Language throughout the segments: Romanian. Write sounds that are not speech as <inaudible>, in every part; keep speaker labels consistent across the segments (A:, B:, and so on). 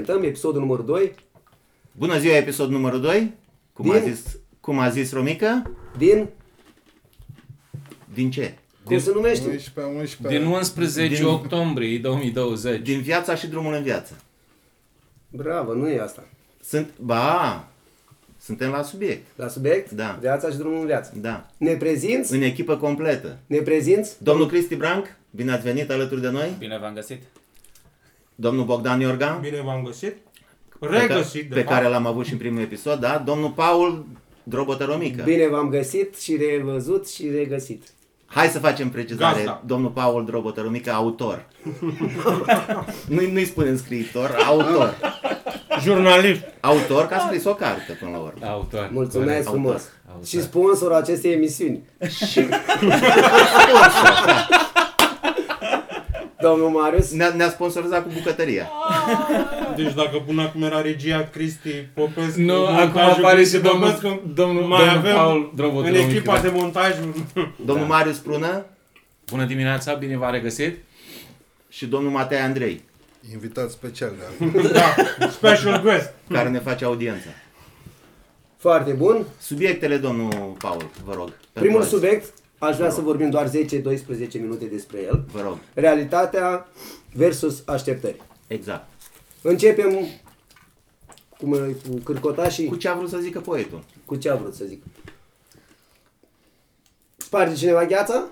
A: Prezentăm episodul numărul 2
B: Bună ziua, episod numărul 2. Cum a
A: Din-
B: zis, cum a zis Romica?
A: din,
B: Din ce?
A: cum se numește?
C: 11, 11.
D: Din 11
B: Din-
D: octombrie 2020.
B: Din viața și drumul în viață.
A: Bravo, nu e asta.
B: Sunt, ba, suntem la subiect.
A: La subiect?
B: Da.
A: Viața și drumul în viață.
B: Da.
A: Ne prezinți?
B: În echipă completă.
A: Ne prezinți?
B: Domnul Cristi Branc, bine ați venit alături de noi.
E: Bine v-am găsit!
B: Domnul Bogdan Iorga,
F: Bine v-am găsit.
B: pe, ca-
F: Regăsit, de
B: pe
F: fapt.
B: care l-am avut și în primul episod, da? Domnul Paul Drobotă Romica.
A: Bine v-am găsit și revăzut și regăsit.
B: Hai să facem precizare.
F: Gazda.
B: Domnul Paul Drobotă Romica, autor. <laughs> nu-i, nu-i spunem scriitor, autor.
F: Jurnalist.
B: Autor, că a scris o carte până la urmă.
D: Autor.
A: Mulțumesc
B: Corect,
A: frumos.
D: autor, autor.
A: Și sponsorul acestei emisiuni. <laughs> Domnul Marius,
B: Ne-a, ne-a sponsorizat cu bucătăria.
F: Deci dacă până acum era regia Cristi Popescu,
D: Nu, acum
F: montajul
D: apare
F: Cristi
D: și domnul,
F: Popescu,
D: domnul, domnul,
F: mai avem
D: Paul Drobot.
F: în
D: domnul
F: echipa
D: Mică.
F: de montaj
B: Domnul
D: Da.
B: Marius Prună
D: Bună dimineața, bine v-am regăsit.
B: și domnul Matei Andrei,
C: Invitat special. da.
F: <laughs> da, special guest.
B: care ne face audiența.
A: foarte bun.
B: Subiectele, domnul Paul, vă rog. pentru
A: Primul
B: azi.
A: subiect, aș vrea să vorbim doar 10-12 minute despre el.
B: Vă rog,
A: Realitatea versus așteptări.
B: exact.
A: Începem cum, e, cu cârcotașii,
B: Cu
A: cu,
B: ce a vrut să zică poetul?
A: cu ce a vrut să zic. Sparge cineva gheața?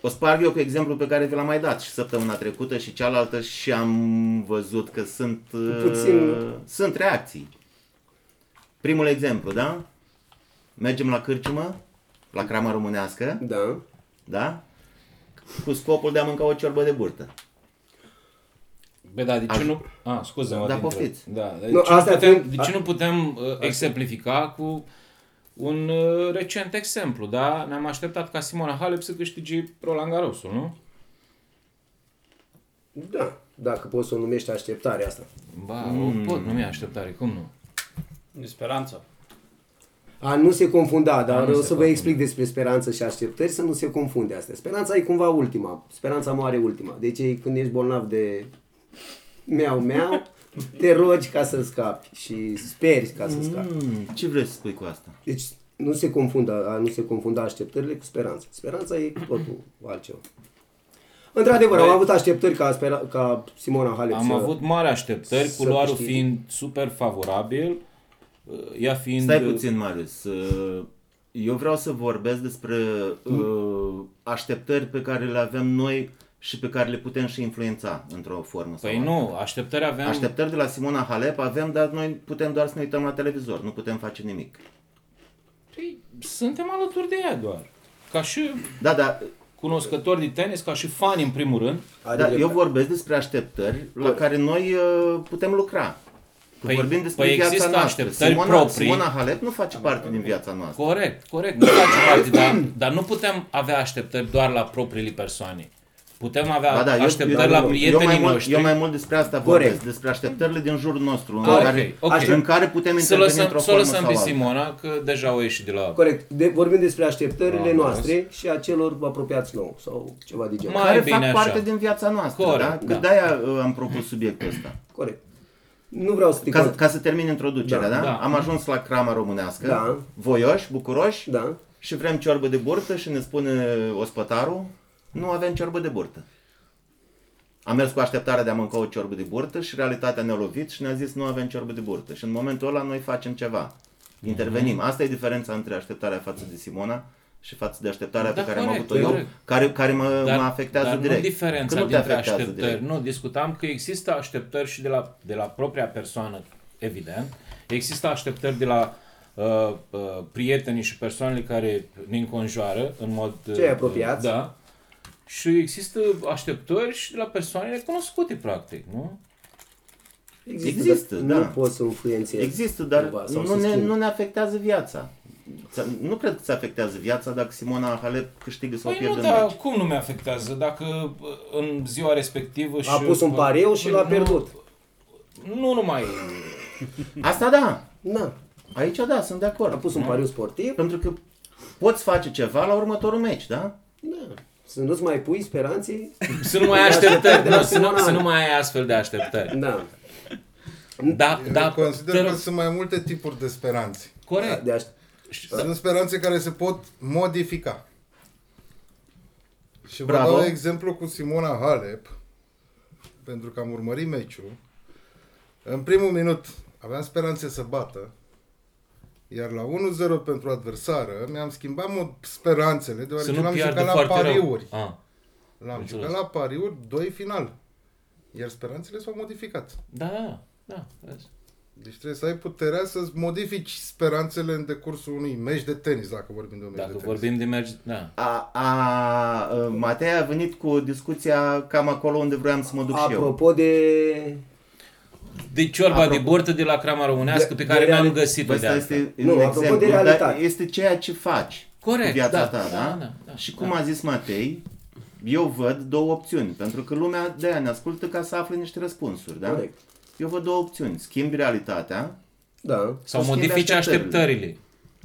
B: O sparg eu cu exemplul pe care vi l-am mai dat și săptămâna trecută și cealaltă și am văzut că sunt, uh,
A: Puțin.
B: sunt reacții. Primul exemplu, da? Mergem la cârciumă, la crama românească,
A: Da.
B: da? Cu scopul de a mânca o ciorbă de burtă.
D: Bă, da, de ce
B: Aș-
D: nu... A, scuze mă
B: Da,
D: te întreb.
B: poftiți.
D: Da, de,
A: Nu,
D: ce, nu
A: astea
D: putem,
A: fiind-
D: de ce nu putem uh, exemplifica cu un uh, recent exemplu, da? Ne-am așteptat ca Simona Halep să câștige Roland Garrosul, nu?
A: Da. Dacă poți să o numești așteptare asta.
D: Ba, o pot numi așteptare, cum nu?
E: Speranță.
A: A nu se confunda, dar
D: nu
A: o
D: se
A: să vă explic despre speranță și așteptări, să nu se confunde astea. Speranța e cumva ultima. Speranța moare ultima. Deci e când ești bolnav de meau meau, te rogi ca să scapi și speri ca să scapi.
B: Mm, ce vrei să spui cu asta?
A: Deci nu se confundă, a nu se confunda așteptările cu speranța. Speranța e totul altceva. Într-adevăr, am avut așteptări ca, spera, ca Simona Halep
D: Păi- Am
A: să...
D: avut mari așteptări,
A: Deci, uh, să
D: culoarul
A: câștige.
D: fiind super favorabil, uh, ea fiind...
B: Stai puțin, Marius. Uh, Eu vreau să vorbesc despre
A: Hmm.
B: uh, așteptări pe care le avem noi și pe care le putem și influența într-o formă. sau
D: Păi
B: alta.
D: nu, așteptări aveam...
B: Așteptări de la Simona Halep avem, dar noi putem doar să ne uităm la televizor, nu putem face nimic.
D: Păi, suntem alături de ea doar. Ca și
B: Da, da,
D: cunoscători de tenis, ca și fani în primul rând.
A: Are
B: da
A: drept. Păi-
B: eu vorbesc despre așteptări la care noi uh, putem lucra. Păi,
D: Păi-
B: vorbim despre
D: păi
B: viața
D: există
B: noastră.
D: așteptări
B: Simona,
D: proprii.
B: Simona Halep nu face parte din viața noastră.
D: Corect, corect. Nu
B: <coughs>
D: face parte, dar, dar nu putem avea așteptări doar la propriile persoane. Putem avea
B: Ba da, eu,
D: așteptări
B: eu,
D: la
B: eu,
D: prietenii
B: mai mult,
D: noștri.
B: Eu mai mult despre asta vorbesc,
A: Corect.
B: despre așteptările din jurul nostru, în,
D: Corect,
B: care,
D: ok.
B: în care putem
D: să
B: interveni
D: lăsăm,
B: într-o
D: să
B: formă
D: lăsăm
B: sau
D: pe
B: alta.
D: Simona, că deja o ieși de la...
A: Corect. De, vorbim despre așteptările
D: Am
A: noastre și a celor apropiați nou sau ceva de genul.
D: Ma-
B: Care
D: Mai bine
B: fac
D: așa.
B: parte din viața noastră,
D: Corect,
B: da? Că
D: da.
B: de-aia uh, am propus subiectul ăsta.
A: Corect. Nu vreau să te
B: Ca,
A: ca,
B: ca să termin introducerea, da,
A: Da,
B: da?
D: da.
B: Am ajuns la crama românească,
A: Da.
B: voioși, bucuroși
A: Da.
B: și vrem ciorbă de burtă și ne spune ospătarul, nu avem ciorbă de burtă. Am mers cu așteptarea de a mânca o ciorbă de burtă și realitatea ne-a lovit și ne-a zis nu avem ciorbă de burtă. Și în momentul ăla noi facem ceva.
D: Mhm.
B: Intervenim. Asta e diferența între așteptarea față de Simona și față de așteptarea
D: Da,
B: pe care am
D: corect,
B: avut-o eu,
D: corect.
B: care, care mă, mă afectează
D: dar
B: direct. Că
D: nu diferența
B: nu te
D: dintre
B: afectează
D: așteptări.
B: direct.
D: Nu, discutam că există așteptări și de la, de la propria persoană, evident. Există așteptări de la uh, uh, prietenii și persoanele care ne înconjoară în mod... uh,
A: Cei apropiați.
D: Uh, da. Și există așteptări și de la persoanele cunoscute, practic, nu?
B: Există,
A: dar
B: da.
A: Nu poți să influențezi.
B: Există, dar
A: cumva sau
B: nu
A: să
B: ne,
A: schimbi.
B: nu ne afectează viața. Ți- Nu cred că ți afectează viața dacă Simona Halep câștigă sau
D: Păi
B: pierde
D: nu,
B: în
D: dar
B: meci.
D: cum nu mi-afectează? Dacă uh, în ziua respectivă și... Păi
A: A pus un pariu și l-a
D: Nu-
A: pierdut.
D: Nu numai...
B: Asta da,
A: Da.
B: aici da, sunt de acord.
A: A pus un pariu sportiv.
B: Pentru că poți face ceva la următorul meci, da?
A: Da. Să nu-ți mai pui speranțe?
D: Să nu mai ai
A: <laughs>
D: așteptări,
A: De la
D: nu, să, nu,
A: Simona.
D: să nu mai ai astfel de
B: <laughs>
D: așteptări.
A: Da.
D: Da, <laughs> da,
C: Eu
D: te
C: consider că
D: rog,
C: sunt mai multe tipuri de speranțe.
D: corect.
A: De aș...
D: Da.
C: Sunt speranțe care se pot modifica. Și vă
B: Bravo.
C: dau exemplu cu Simona Halep, pentru că am urmărit meciul. În primul minut aveam speranțe să bată, iar la 1-0 pentru adversară mi-am schimbat mod speranțele,
D: Să
C: deoarece
D: nu
C: l-am
D: piardă
C: jucat la
D: foarte
C: pariuri.
D: rău. Ah. A,
C: L-am
D: Înțeles.
C: jucat la pariuri, doi final. Iar speranțele s-au modificat.
D: da, da, da. vezi.
C: Deci trebuie să ai puterea să-ți modifici speranțele în decursul unui meci de tenis, dacă vorbim de un meci
D: Dacă
C: de tenis.
D: vorbim de merge, da.
B: A, a, a, Matei a venit cu discuția cam acolo unde vroiam să mă duc și eu.
A: Apropo de...
D: De Deci, ciorba de bortă de la crama românească pe
A: De-
D: care
A: de
D: mi-am
A: reali-
D: găsit-o de
B: Asta
D: asta.
B: este
A: Nu,
B: un
A: apropo de
B: exemplu, dar
A: realitate.
B: este ceea ce faci
D: Corect,
B: cu viața
D: da,
B: ta,
D: da,
B: da?
D: da, da,
B: și cum a zis Matei, eu văd două opțiuni, pentru că lumea de aia ne ascultă ca să afle niște răspunsuri, da?
A: Corect.
B: Eu văd două opțiuni, schimbi realitatea,
A: Da.
D: Sau
B: să schimbi
D: modifici
B: așteptările.
D: așteptările.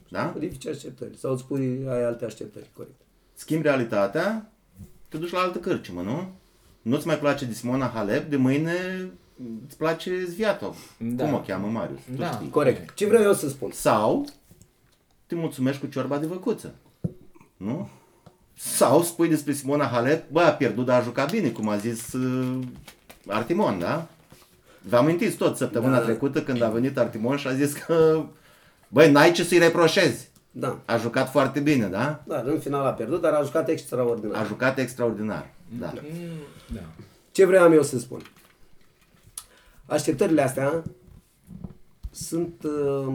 B: da?
A: Modifici așteptări. Sau îți pui, ai alte așteptări. Corect.
B: Schimbi realitatea, te duci la altă cărciumă, nu? Nu-ți mai place de Simona Halep, de mâine îți place Zviatov.
D: Da.
B: Cum o cheamă, Marius? Tu
D: Da.
B: știi.
A: Corect. Ce vreau eu să spun?
B: Sau te mulțumești cu ciorba de văcuță. Nu? Sau spui despre Simona Halep, bă, a pierdut, dar a jucat bine, cum a zis uh, Artimon, da? Vă amintiți tot săptămâna
A: Da.
B: da. trecută când a venit Artimon și a zis că, băi, n-ai ce să-i reproșezi.
A: Da.
B: A jucat foarte bine, da?
A: Dar în final a pierdut, dar a jucat extraordinar.
B: A jucat extraordinar. Da.
A: Ce vreau eu să spun? Așteptările astea sunt, uh,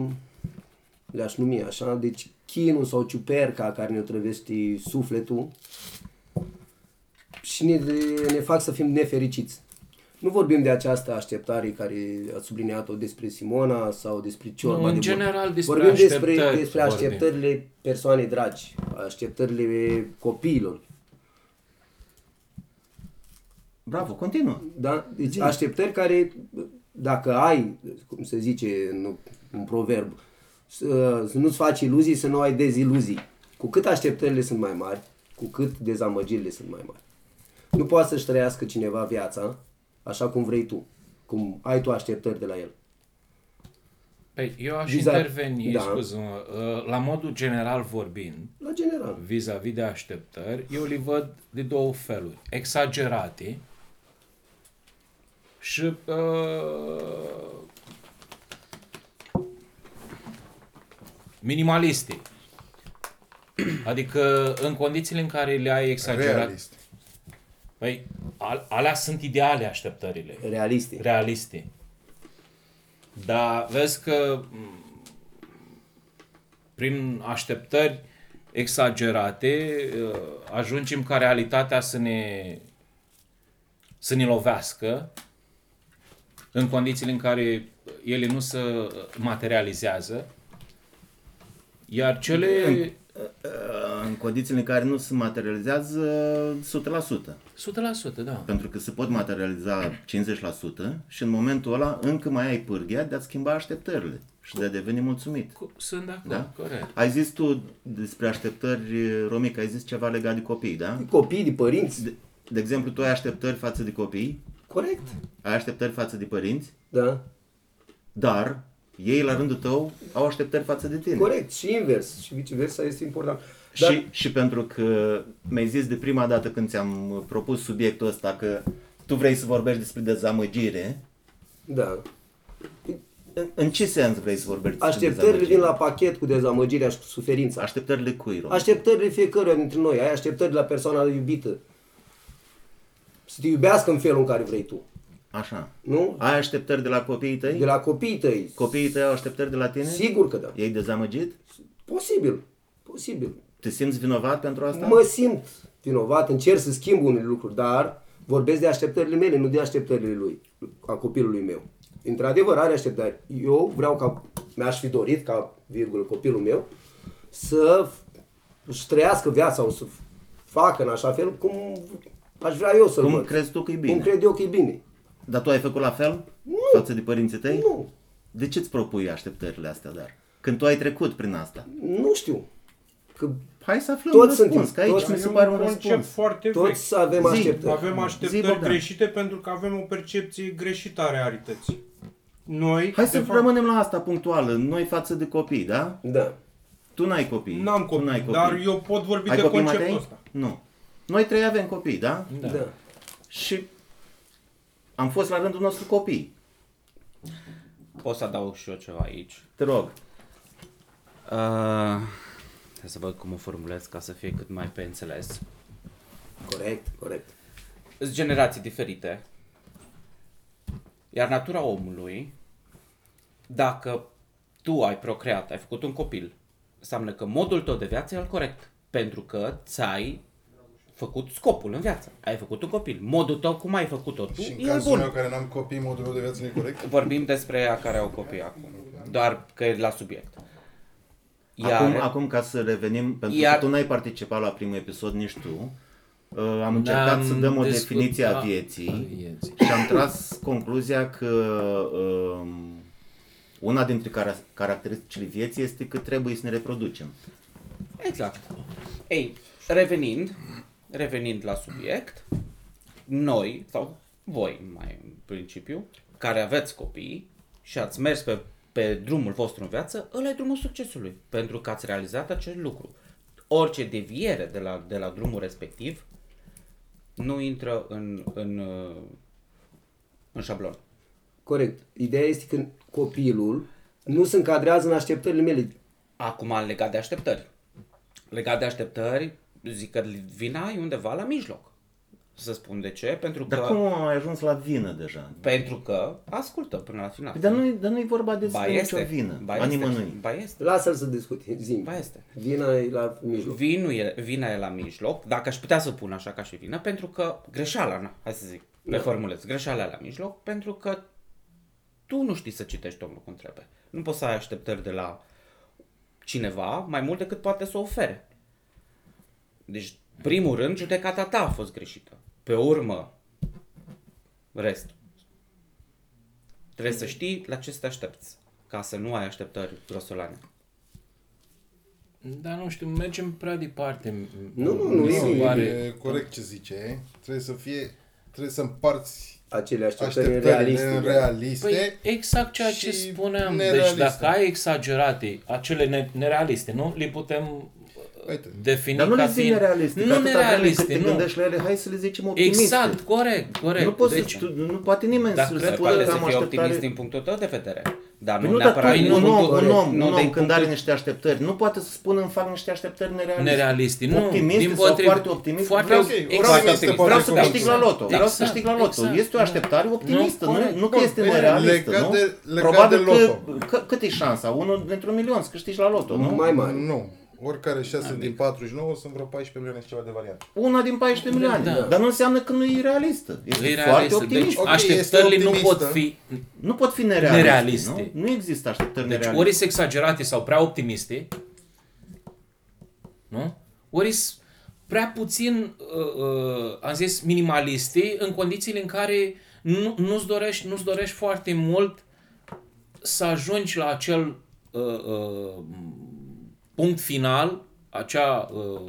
A: le-aș numi așa, deci chinul sau ciuperca care ne trăvește sufletul și ne, ne fac să fim nefericiți. Nu vorbim de această așteptare care a subliniat-o despre Simona sau despre ciorba
D: Nu, în
A: de bun.
D: general despre
A: vorbim despre,
D: așteptări
A: despre
D: vorbim.
A: așteptările persoanei dragi, așteptările copiilor,
B: Bravo, continuă.
A: Da? Deci așteptări care, dacă ai, cum se zice în un proverb, să, să nu-ți faci iluzii, să nu ai deziluzii. Cu cât așteptările sunt mai mari, cu cât dezamăgirile sunt mai mari. Nu poate să-și trăiască cineva viața așa cum vrei tu, cum ai tu așteptări de la el.
D: Păi, eu aș
A: Viza-
D: interveni,
A: Da.
D: scuză-mă, uh, la modul general vorbind,
A: La general.
D: vis-a-vis de așteptări, eu le văd de două feluri. Exagerate și uh, minimaliste. Adică în condițiile în care le-ai exagerat...
C: Realist.
D: Păi, al- alea sunt ideale așteptările
A: Realiste.
D: realiste. Dar vezi că m, prin așteptări exagerate uh, ajungem ca realitatea să ne să ne lovească în condițiile în care ele nu se materializează. Iar cele
B: În condițiile în care nu se materializează 100%.
D: 100%, da.
B: Pentru că se pot materializa 50% și în momentul ăla încă mai ai pârghia de a schimba așteptările și de a deveni mulțumit.
D: Cu- Sunt de acord,
B: Da?
D: corect.
B: Ai zis tu despre așteptări, Romic, ai zis ceva legat de copii, da?
A: Copii de părinți.
B: De, de exemplu, tu ai așteptări față de copii,
A: Corect.
B: ai așteptări față de părinți,
A: Da.
B: dar ei la rândul tău au așteptări față de tine.
A: Corect. Și invers. Și viceversa este important. Dar,
B: Și, și pentru că mi-ai zis de prima dată când ți-am propus subiectul ăsta că tu vrei să vorbești despre dezamăgire,
A: da.
B: în, în ce sens vrei să vorbești despre
A: Așteptările vin
B: dezamăgire?
A: la pachet cu dezamăgirea și cu suferința.
B: Așteptările cui, Rom?
A: Așteptările fiecăruia dintre noi, ai așteptări de la persoana iubită. Să te iubească în felul în care vrei tu,
B: Așa.
A: nu?
B: Ai așteptări de la copiii tăi?
A: De la copiii tăi.
B: Copiii tăi au așteptări de la tine?
A: Sigur că da.
B: Ei dezamăgit?
A: Posibil. Posibil.
B: Te simți vinovat pentru asta?
A: Mă simt vinovat, încerc să schimb unele lucruri, dar vorbesc de așteptările mele, nu de așteptările lui, a copilului meu. Într-adevăr, are așteptări. Eu vreau ca, mi-aș fi dorit ca, virgulă, copilul meu să f- își trăiască viața, o să f- facă în așa fel cum aș vrea eu să-l
B: Cum
A: văd.
B: crezi tu că e bine?
A: Cum cred eu că e bine.
B: Dar tu ai făcut la fel? Nu. Față de părinții tăi?
A: Nu.
B: De ce îți propui așteptările astea, dar? Când tu ai trecut prin asta.
A: Nu știu. Că
B: Hai să aflăm
A: Toți
B: un răspuns,
A: suntem-
B: că aici
A: toți-
B: mi se
F: E
B: pare
F: un
B: un
F: concept
B: răspuns.
F: foarte vechi.
A: toți avem
B: Zi.
A: așteptări.
F: Avem
B: Zi,
F: așteptări
B: Bogdan.
F: greșite pentru că avem o percepție greșită a realității. Noi,
B: Hai
F: de
B: să
F: fapt,
B: rămânem la asta punctuală, noi față de copii, da?
A: Da.
B: Tu n-ai copii.
F: n-am
B: tu n-ai
F: copii, dar eu pot vorbi
B: Ai
F: de
B: copii,
F: conceptul
B: Matei?
F: ăsta.
B: Nu. Noi trei avem copii, da?
A: Da. da.
B: Și am fost la rândul nostru copii.
E: Pot să adaug și eu ceva aici.
B: Te rog.
E: Uh, hai să văd cum o formulez ca să fie cât mai pe înțeles.
A: Corect, corect.
E: Sunt generații diferite. Iar natura omului, dacă tu ai procreat, ai făcut un copil, înseamnă că modul tău de viață e al corect. Pentru că ți-ai făcut scopul în viață. Ai făcut un copil. Modul tău, cum ai făcut-o tu,
C: Și în
E: e al
C: cazul
E: bun.
C: meu care n-am copii, modul meu de viață nu e corect.
E: Vorbim despre ea care au copii acum. Doar că e la subiect. Iar,
B: Acum, acum ca să revenim, pentru
E: Iar-
B: că tu n-ai participat la primul episod, nici tu, uh, am încercat să dăm o
D: discutat-
B: definiție a
D: a
B: vieții
D: vieții.
B: și am tras concluzia că um, una dintre cara- caracteristicile vieții este că trebuie să ne reproducem.
E: Exact. Ei, revenind, revenind la subiect, noi, sau voi mai în principiu, care aveți copii și ați mers pe, pe drumul vostru în viață, ăla e drumul succesului, pentru că ați realizat acel lucru. Orice deviere de la, de la drumul respectiv nu intră în, în, uh, în șablon.
A: Corect. Ideea este că copilul nu se încadrează în așteptările mele.
E: Acum, legat de așteptări. Legat de așteptări, zic că vina e undeva la mijloc. Să spun de ce, pentru că...
B: Dar cum am ajuns la vină deja?
E: Pentru că ascultă până la final.
B: Păi Dar nu, dar nu-i vorba
E: ba
B: despre nicio
E: este,
B: vină
E: ba
B: a
E: este,
B: nimănui.
E: ba este,
A: Lasă-l să discute. Zim.
E: ba este.
A: Vina e la mijloc.
E: Vinul e, vina e la mijloc, dacă aș putea să pun așa ca și vină, pentru că greșeala, na, hai să zic, reformulez, greșeala e la mijloc, pentru că tu nu știi să citești omul cum trebuie. Nu poți să ai așteptări de la cineva mai mult decât poate să ofere. Deci, primul rând, judecata ta a fost greșită. Pe urmă, restul. Trebuie să știi la ce să te aștepți, ca să nu ai așteptări grosolane.
D: Dar nu știu, mergem prea departe.
A: Nu, nu, nu,
D: Mi se
A: nu, nu,
D: pare-
C: E corect ce zice, trebuie să fie, trebuie să împarți
A: Acele așteptări
C: așteptările
A: realiste.
C: în
A: da.
C: realiste.
D: Păi exact ceea ce
C: și
D: spuneam. Deci
C: nerealiste.
D: dacă ai exagerate, acele ne- nerealiste, nu? Le putem uh,
C: Uite,
D: defini
B: Dar nu
D: ca
B: le zic
D: fiind-
B: nerealiste. că
D: Nu
B: atâta vreme cât
D: nerealiste,
B: te
D: nu.
B: gândești la ele, hai să le zicem optimiste.
D: Exact, corect, corect.
B: Nu poți
D: Deci,
B: să, tu, nu poate nimeni
D: Dar
B: să
D: cred că
E: Se
B: spună
E: poate
B: că
E: să
B: am
E: fie optimist
B: așteptare.
E: din punctul tău de vedere. Dar nu,
B: Păi nu,
E: neapărat
B: dar tu,
E: din
B: un
E: punctul-
B: om, un om,
E: nu
B: un
E: din
B: om când are
E: punctul-
B: niște așteptări, nu poate să spună îmi fac niște așteptări nerealiste.
D: nerealiste, nu.
B: Optimiste
D: din
B: sau
D: potrivă.
B: foarte optimiste.
D: Foarte
B: Vreau-
D: optimiste.
C: vreau
D: Exact.
C: să-
E: optimist.
C: poate
B: Vreau să
C: cum-
B: câștig la loto, vreau să
D: Exact,
B: câștig la loto.
D: exact.
B: Este o așteptare optimistă,
D: Nu,
B: nu,
D: corect.
B: nu că
C: Bun,
B: este
C: bine,
B: nerealistă,
C: legat
B: nu?
C: de- legat
B: Probabil
C: de
B: că,
C: loto.
B: că, cât e șansa? Unul dintr-un milion să câștigi la loto, nu?
A: Mai mare.
C: nu. Oricare 6 din 49 sunt vreo 14 milioane și ceva de variante.
B: Una din 14 milioane.
D: Da.
B: Dar nu înseamnă că nu e realistă. Este
D: E
B: foarte
D: realistă. Deci
B: optimistă.
C: Ok,
D: așteptările
C: este
D: nu pot
C: optimistă.
D: fi
B: Nu pot fi nerealiste.
D: Nerealiste.
B: Nu? nu există așteptări
D: Deci
B: nerealiste.
D: ori sunt exagerate sau prea optimiste, nu? Ori sunt prea puțin, uh, uh, am zis, minimaliste, în condițiile în care nu, nu-ți, dorești, nu-ți dorești foarte mult să ajungi la acel uh, uh, punct final, acea uh, uh,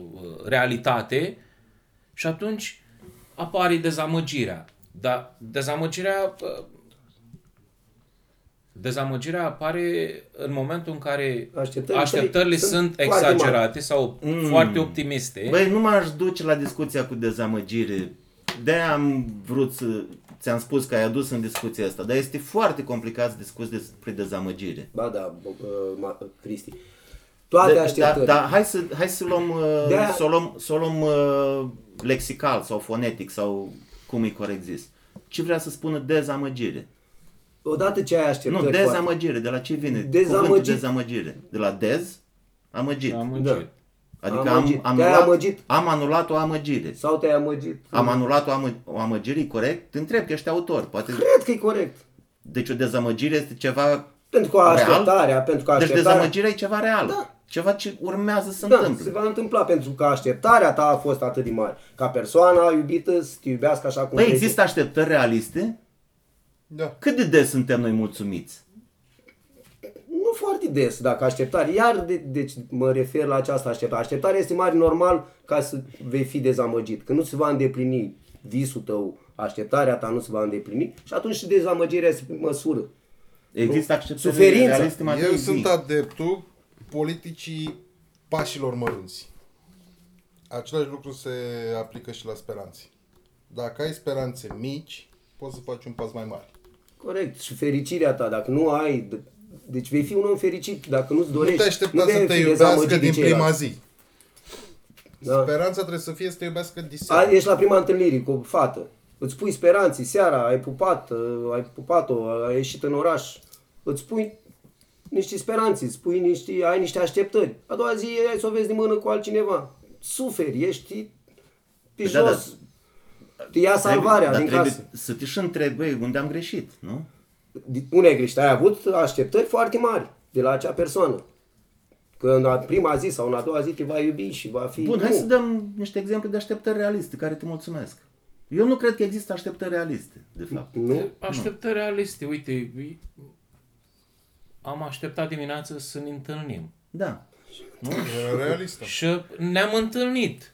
D: realitate și atunci apare dezamăgirea. Dar dezamăgirea uh, Dezamăgirea apare în momentul în care
A: Așteptările
D: așteptările, așteptările
A: sunt
D: sunt,
A: foarte mari. Mm.
D: exagerate sau foarte optimiste.
B: Băi, nu m-aș duce la discuția cu dezamăgire. de am vrut să... Ți-am spus că ai adus în discuția asta, dar este foarte complicat să discuți despre dezamăgire.
A: Ba da, bă, uh, ma- Cristi. Toate așteptările.
B: Da, da, hai să, hai să luăm, uh,
A: De-aia-
B: să o luăm, să o luăm uh, lexical sau fonetic sau cum e corect zis. Ce vrea să spună dezamăgire?
A: Odată ce ai
B: Nu,
A: așteptări foarte...
B: dezamăgire. De la ce vine cuvântul
A: Dezamăgit.
B: dezamăgire? De la dez? Amăgit.
A: Da.
B: Adică
A: Amăgit.
B: am,
A: Te-ai
B: anulat,
A: amăgit.
B: am anulat o amăgire.
A: Sau te-ai amăgit?
B: Am anulat o, amă, o amăgire, e corect? Te întreb că ești autor. Poate...
A: Cred că e corect.
B: Deci o dezamăgire este ceva...
A: Pentru că
B: Real?
A: așteptarea, pentru că
B: Deci
A: așteptarea...
B: dezamăgirea e ceva real.
A: Da.
B: Ceva ce urmează să
A: Da, se
B: întâmple. Păi
A: va întâmpla pentru că așteptarea ta a fost atât de mare. Ca persoana iubită să te iubească așa cum
B: Păi
A: vrei
B: există așteptări realiste?
C: Da.
B: Cât de des suntem noi mulțumiți?
A: tu. Nu foarte des, dacă așteptare. Iar, de, deci mă refer la această așteptare. Așteptarea este mare normal ca să vei fi dezamăgit. Când nu se va îndeplini visul tău, așteptarea ta nu se va îndeplini și atunci și dezamăgirea se măsură.
B: Există acceptări
A: Suferința.
B: realiste mai
C: Eu
B: trei
C: sunt
B: zile.
C: adeptul politicii pașilor mărunți. Același lucru se aplică și la speranțe. Dacă ai speranțe mici, poți să faci un pas mai mare.
A: Corect. Și fericirea ta, dacă nu ai... d- Deci vei fi un om fericit dacă nu-ți
C: Nu
A: dorești.
C: te aștepta
A: vei
C: să te
A: fi
C: iubească
A: dezamăgit de
C: din prima
A: ceilalți.
C: zi.
A: Da.
C: Speranța trebuie să fie să te iubească din
A: A,
C: seara.
A: ești la prima întâlnire cu o fată. Îți pui speranții, seara, ai pupat, uh, ai pupat-o, ai ieșit în oraș. Îți pui niște speranțe, îți pui niște, ai niște așteptări. A doua zi ai să o vezi din mână cu altcineva. Suferi, ești pe
B: Da, da.
A: jos. Te ia
B: Trebuie-
A: salvarea
B: dar
A: din
B: trebuie
A: casă.
B: Să te și întrebi "Băi, unde am greșit, nu?
A: Din- Unde ai greșit? Ai avut așteptări foarte mari de la acea persoană. Că în a prima zi sau în a doua zi te va iubi și va fi...
B: Bun, hai
A: Nu.
B: să dăm niște exemple de așteptări realiste, care te mulțumesc. Eu nu cred că există așteptări realiste, de fapt.
A: Nu?
D: Așteptări realiste. Uite, am așteptat dimineața să ne întâlnim.
B: Da,
C: Era
A: Da.
C: realistă.
D: Și ne-am întâlnit.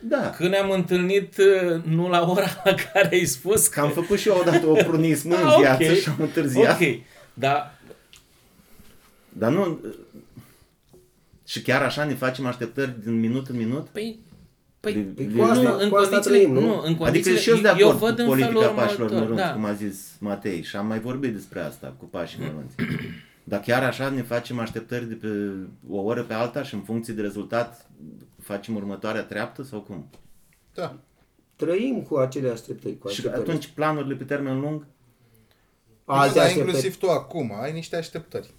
B: da.
D: Când ne-am întâlnit, uh, nu la ora la care ai spus
B: Că am făcut și eu odată o prunism în
D: <laughs> Ah, ok.
B: viață și am întârziat.
D: Ok, dar
B: Dar nu... Și chiar așa ne facem așteptări din minut în minut?
D: Păi, păi,
B: De-
D: păi
B: de-
D: cu asta,
B: nu,
D: nu, în
A: cu asta
D: condițiile,
A: trăim,
D: nu?
A: nu?
D: în
B: Adică
D: condițiile,
B: și eu sunt de acord
D: eu văd
B: cu
D: în felul
B: politica pașilor
D: următor,
B: mărunți,
D: da.
B: cum a zis Matei, și am mai vorbit despre asta, cu pașii
D: <clears throat>
B: mărunți. Dar chiar așa ne facem așteptări de pe o oră pe alta și în funcție de rezultat facem următoarea treaptă sau cum?
C: Da.
A: Trăim cu acele așteptări. Cu
B: Și
A: așteptări.
B: atunci planurile pe termen lung,
C: Nu,
A: Alte
C: dar
A: așteptări.
C: inclusiv tu acum ai niște așteptări.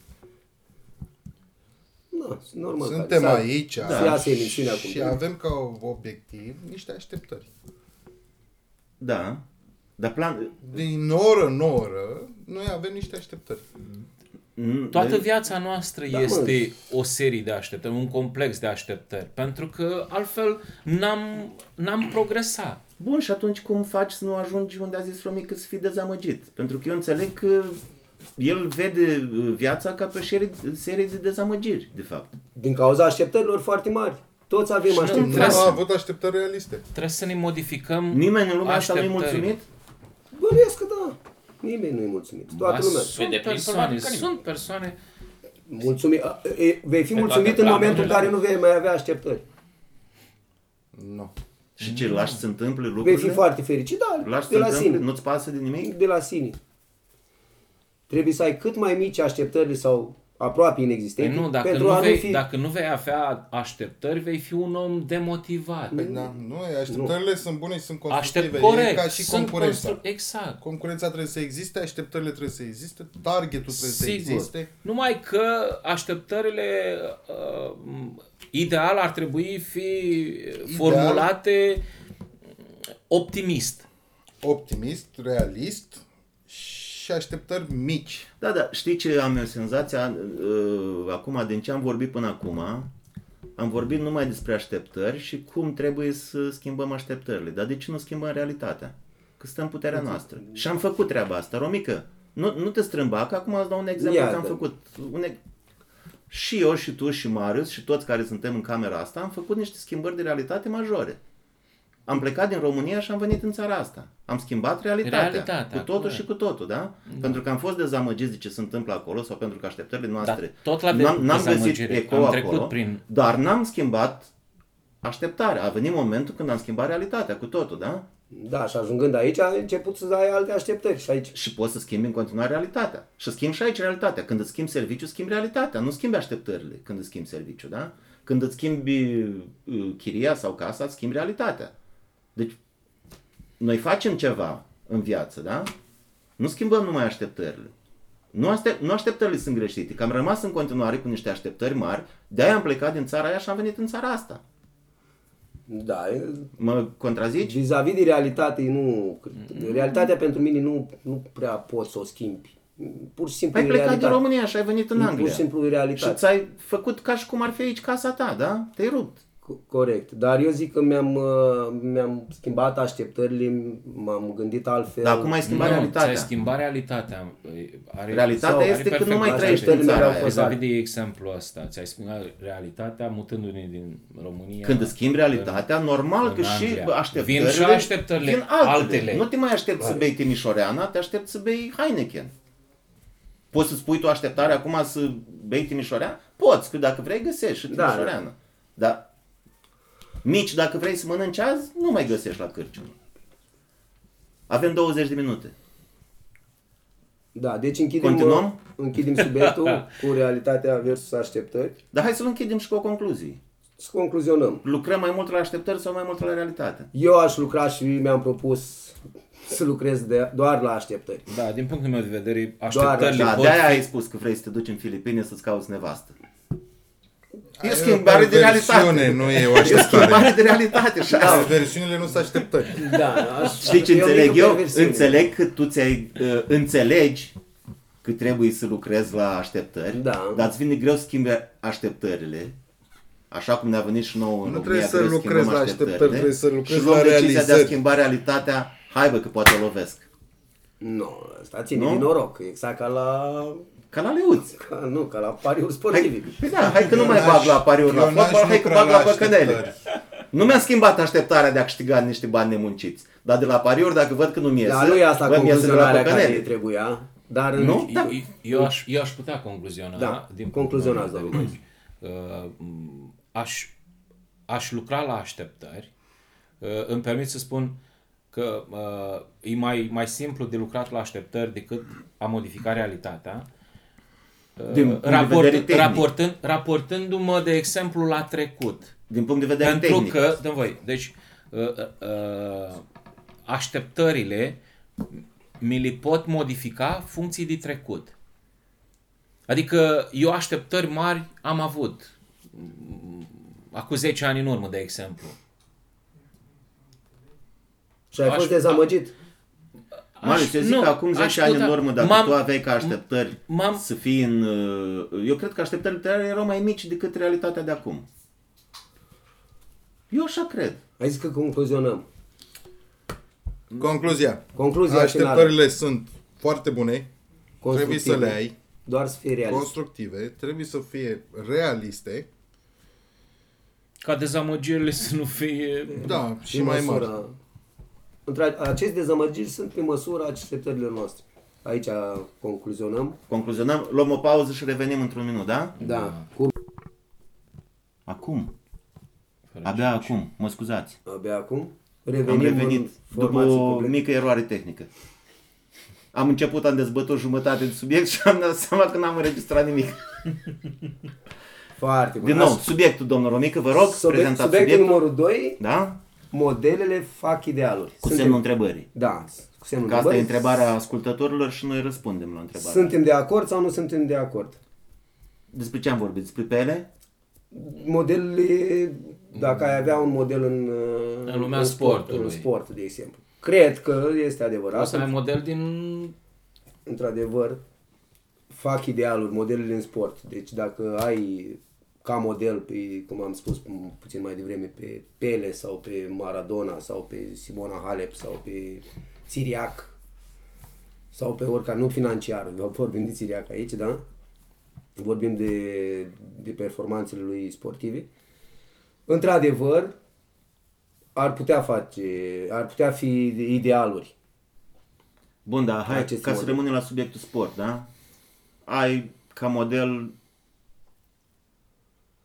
A: Da, sunt normal.
C: Suntem
A: Să-
C: aici
A: Să iasă da, emisiunea acum.
C: și avem ca obiectiv niște așteptări.
B: da, dar plan...
C: Din oră în oră, noi avem niște așteptări.
B: n-
D: Toată viața noastră
A: Da,
D: da,
A: mă.
D: este o serie de așteptări, un complex de așteptări, pentru că altfel n-am, n-am progresat.
B: Bun, și atunci cum faci să nu ajungi unde a zis Romică să fii dezamăgit? Pentru că eu înțeleg că el vede uh, viața ca pe o serie, serie de dezamăgiri, de fapt.
A: Din cauza așteptărilor foarte mari. Toți avem
C: Nu
A: așteptări.
D: Trebuie să-
C: a avut așteptări realiste.
D: Trebuie să ne modificăm
B: Nimeni în lumea asta nu-i
D: așteptările.
B: mulțumit?
A: Bănuiesc că da. Nimeni nu-i mulțumit. Toată
D: Ba,
A: lumea.
D: Sunt
E: Pe deplin
D: persoane,
E: probabil că nimeni.
D: sunt persoane
A: Mulțumit. E, Vei fi mulțumit în
E: toate
A: momentul în
E: planurile.
A: care nu vei mai avea așteptări.
C: Nu.
B: Și ce, lași să întâmple lucrurile?
A: Vei fi foarte fericit, da,
B: Lași
A: de
B: să
A: la
B: întâmple,
A: sine.
B: nu-ți pasă de nimic?
A: De la sine. Trebuie să ai cât mai mici așteptări sau aproape
D: Păi
A: inexistente
D: nu, dacă
A: pentru
D: nu,
A: a
D: vei,
A: nu fi...
D: dacă nu vei avea așteptări, vei fi un om demotivat.
C: Păi da, nu, e, așteptările sunt bune și sunt constructive.
D: Aștept
C: Aștept, e
D: corect.
C: ca și
D: sunt
C: concurența.
D: constru- Exact.
C: Concurența trebuie să existe, așteptările trebuie să existe, targetul trebuie să
D: Sigur.
C: existe.
D: Numai că așteptările uh, ideal ar trebui fi formulate optimist.
C: Optimist, realist și așteptări mici.
B: Da, da, știi ce am eu senzația uh, acum, din ce am vorbit până acum, am vorbit numai despre așteptări și cum trebuie să schimbăm așteptările. Dar de ce nu schimbăm realitatea? Că stăm în puterea noastră. Și am făcut treaba asta, Romică. Nu, nu te strâmba, că acum îți dau un exemplu
A: Ia,
B: că am
A: dă.
B: făcut. Un e- și eu, și tu, și Marius, și toți care suntem în camera asta, am făcut niște schimbări de realitate majore. Am plecat din România și am venit în țara asta. Am schimbat realitatea.
D: Realitatea,
B: cu totul
D: corect.
B: și cu totul, da? Pentru că am fost dezamăgiți de ce se întâmplă acolo sau pentru că așteptările noastre
D: tot la de-
B: n-am, n-am găsit
D: dezamăgire.
B: eco
D: Am
B: acolo,
D: trecut prin-
B: dar n-am schimbat așteptarea. A venit momentul când am schimbat realitatea cu totul, da?
A: Da, și ajungând aici, ai început să ai alte așteptări și aici.
B: Și poți să schimbi în continuare realitatea. Și schimbi și aici realitatea. Când îți schimbi serviciu, schimbi realitatea. Nu schimbi așteptările când îți schimbi serviciu, da? Când îți schimbi uh, chiria sau casa, îți schimbi realitatea. Deci, noi facem ceva în viață, da? Nu schimbăm numai așteptările. Nu, aștept, nu așteptările sunt greșite, că am rămas în continuare cu niște așteptări mari, de-aia am plecat din țara aia și am venit în țara asta.
A: Da, e-
B: Mă contrazici?
A: Deci Vis-a-vis de realitate, nu. Realitatea pentru mine nu, nu prea poți să o schimbi. Pur și simplu
B: Ai
A: e
B: plecat din
A: realitate.
B: România și ai venit în
A: E
B: Anglia.
D: Exact.
A: Pur și simplu e
B: Și
A: realitate.
B: ți-ai făcut ca și cum ar fi aici casa ta, da? Te-ai rupt.
A: Co- Corect. Dar eu zic că mi-am, uh, mi-am schimbat așteptările, m-am gândit altfel.
B: Dar acum ai schimbat realitatea.
D: ți-ai schimbat realitatea. Păi, Are,
B: Realitatea
D: sau-
B: este că
D: perfect
B: nu mai
D: rațiune.
B: trăiești în țara aia.
D: Vis-a-vis de exemplu ăsta, ți-ai schimbat realitatea mutându-ne din România.
B: Când îți schimbi realitatea, normal
D: în
B: că și
D: Anglia.
B: așteptările
D: Vin și așteptările,
B: vin altele.
D: altele.
B: Nu te mai aștepți să bei Timișoreana, te aștepți să bei Heineken. Poți să-ți pui tu așteptare acum să bei Timișoreana? Poți, că dacă vrei găsești și
A: Da,
B: Timișoreana. Dar mici, dacă vrei să mănânci azi, nu mai găsești la Cârciun. Avem 20 de minute.
A: Da, deci închidem,
B: Continuăm?
A: uh, închidem
B: <laughs>
A: subiectul cu realitatea versus așteptări.
B: Dar hai să-l închidem și cu o concluzie.
A: Să concluzionăm.
B: Lucrăm mai mult la așteptări sau mai mult la realitate?
A: Eu aș lucra și mi-am propus să lucrez de, doar la așteptări.
D: Da, din punctul meu de vedere, așteptările
B: Da,
D: pot
B: de-aia ai
D: fi...
B: spus că vrei să te duci în Filipine să-ți cauți nevastă. E
C: Ai o
B: schimbare de
C: perversiune, Da.
B: realitate.
C: Nu e o
B: E schimbare
C: așteptare.
B: de realitate și asta.
C: Versiunile nu sunt așteptări.
A: Da, aș,
B: Știi ce
A: e o mică
B: înțeleg eu?
A: perversiune.
B: Înțeleg că tu ți-ai, uh, înțelegi că trebuie să lucrezi la așteptări,
A: Da.
B: dar îți vine greu să schimbi așteptările. Așa cum ne-a venit și nouă în România,
C: Nu trebuie să
B: greu
C: lucrezi
B: schimbăm
C: la așteptări,
B: așteptările
C: trebuie să lucrezi
B: și luăm
C: la
B: decizia de a
C: realizări.
B: schimba realitatea, hai bă că poate o lovesc.
A: Nu, asta ține
B: Nu?
A: din noroc. Exact ca la...
B: Ca la leuți.
A: Ca, nu, ca la pariuri sportive.
B: Hai, păi da, hai că nu mai
C: Eu
B: bag
C: n-aș-
B: la pariuri la
C: eu n-aș
B: fotbal, hai că
C: lucra
B: bag la
C: la
B: băcănele.
C: așteptări.
B: Nu mi-a schimbat așteptarea de a câștiga niște bani nemunciți. Dar de la pariuri, dacă văd că nu-mi iese,
A: Dar nu e asta
B: bă, mi iese de la
A: concluzionarea care îi
B: băcănele.
A: trebuia. Dar în-
B: Nu? Da.
D: Eu, eu, aș, eu aș putea concluziona.
A: Da,
D: din
A: concluzionați,
D: punctul meu de vedere. Uh, m, aș, aș lucra la așteptări. Uh, îmi permit să spun că uh, e mai, mai simplu de lucrat la așteptări decât a modifica realitatea. Uh,
B: Din punct de vedere
D: raport,
B: tehnic.
D: raportând, raportându-mă, de exemplu, la trecut.
B: Din punct de vedere
D: Pentru
B: tehnic.
D: că, dăm voi, deci uh, uh, uh, așteptările mi le pot modifica funcții de trecut. Adică eu așteptări mari am avut. m, Acum 10 ani în urmă, de exemplu.
A: Și ai
D: Aș-
A: fost dezamăgit.
B: Marius, eu zic
D: nu,
B: că acum 10
D: aș
B: ani
D: putea-
B: în urmă, dacă
D: m-am-
B: tu aveai ca așteptări
D: m-am-
B: să fii în... uh, Eu cred că așteptările tale erau mai mici decât realitatea de acum. Eu așa cred.
A: Ai zis că concluzionăm.
C: Concluzia.
A: Concluzia finală.
C: Așteptările sunt foarte bune, trebuie
A: Constructive.
C: să le ai,
A: Doar să fii realist.
C: constructive, trebuie să fie realiste,
D: Ca dezamăgirile să nu fie...
C: da, și,
A: Prin
C: mai
A: măsura-
C: mari.
A: Între aceste dezamăgiri sunt pe măsura așteptărilor noastre. Aici concluzionăm.
B: Concluzionăm, luăm o pauză și revenim într-un minut, da?
A: Da, cu
B: Acum. Abia acum, mă scuzați.
A: abia acum.
B: Am
A: Revenim
B: revenit
A: în
B: după
A: formație
B: o
A: complet.
B: mică eroare tehnică. Am început, am dezbătut jumătate de subiect și am dat seama că n-am înregistrat nimic.
A: Foarte bun.
B: Din nou,
A: Aș-
B: subiectul, domnul Romică, vă rog,
A: Subiect,
B: prezentați
A: subiectul
B: subiectul.
A: numărul 2,
B: Da?
A: modelele fac idealuri.
B: Cu
A: Suntem-
B: semnul întrebării.
A: Da, cu semnul
B: Că asta
A: întrebării.
B: e întrebarea ascultătorilor și noi răspundem la întrebare.
A: Suntem de acord sau nu suntem de acord?
B: Despre ce am vorbit? Despre pele?
A: modelele, dacă ai avea un model în, uh,
D: În lumea
A: în
D: sportului.
A: în sport, de exemplu. Cred că este adevărat.
D: O să ai model din...
A: Într-adevăr, fac idealuri, modelele în sport. Deci dacă ai ca model, pe, cum am spus pu- puțin mai devreme, pe Pele sau pe Maradona sau pe Simona Halep sau pe Siriac sau pe oricare, nu financiar, vorbim de Siriac aici, da? Vorbim de, de performanțele lui sportive. Într-adevăr, ar putea face, ar putea fi idealuri.
B: Bun, dar hai,
A: Acest
B: ca să
A: model.
B: rămânem la subiectul sport, da? Ai ca model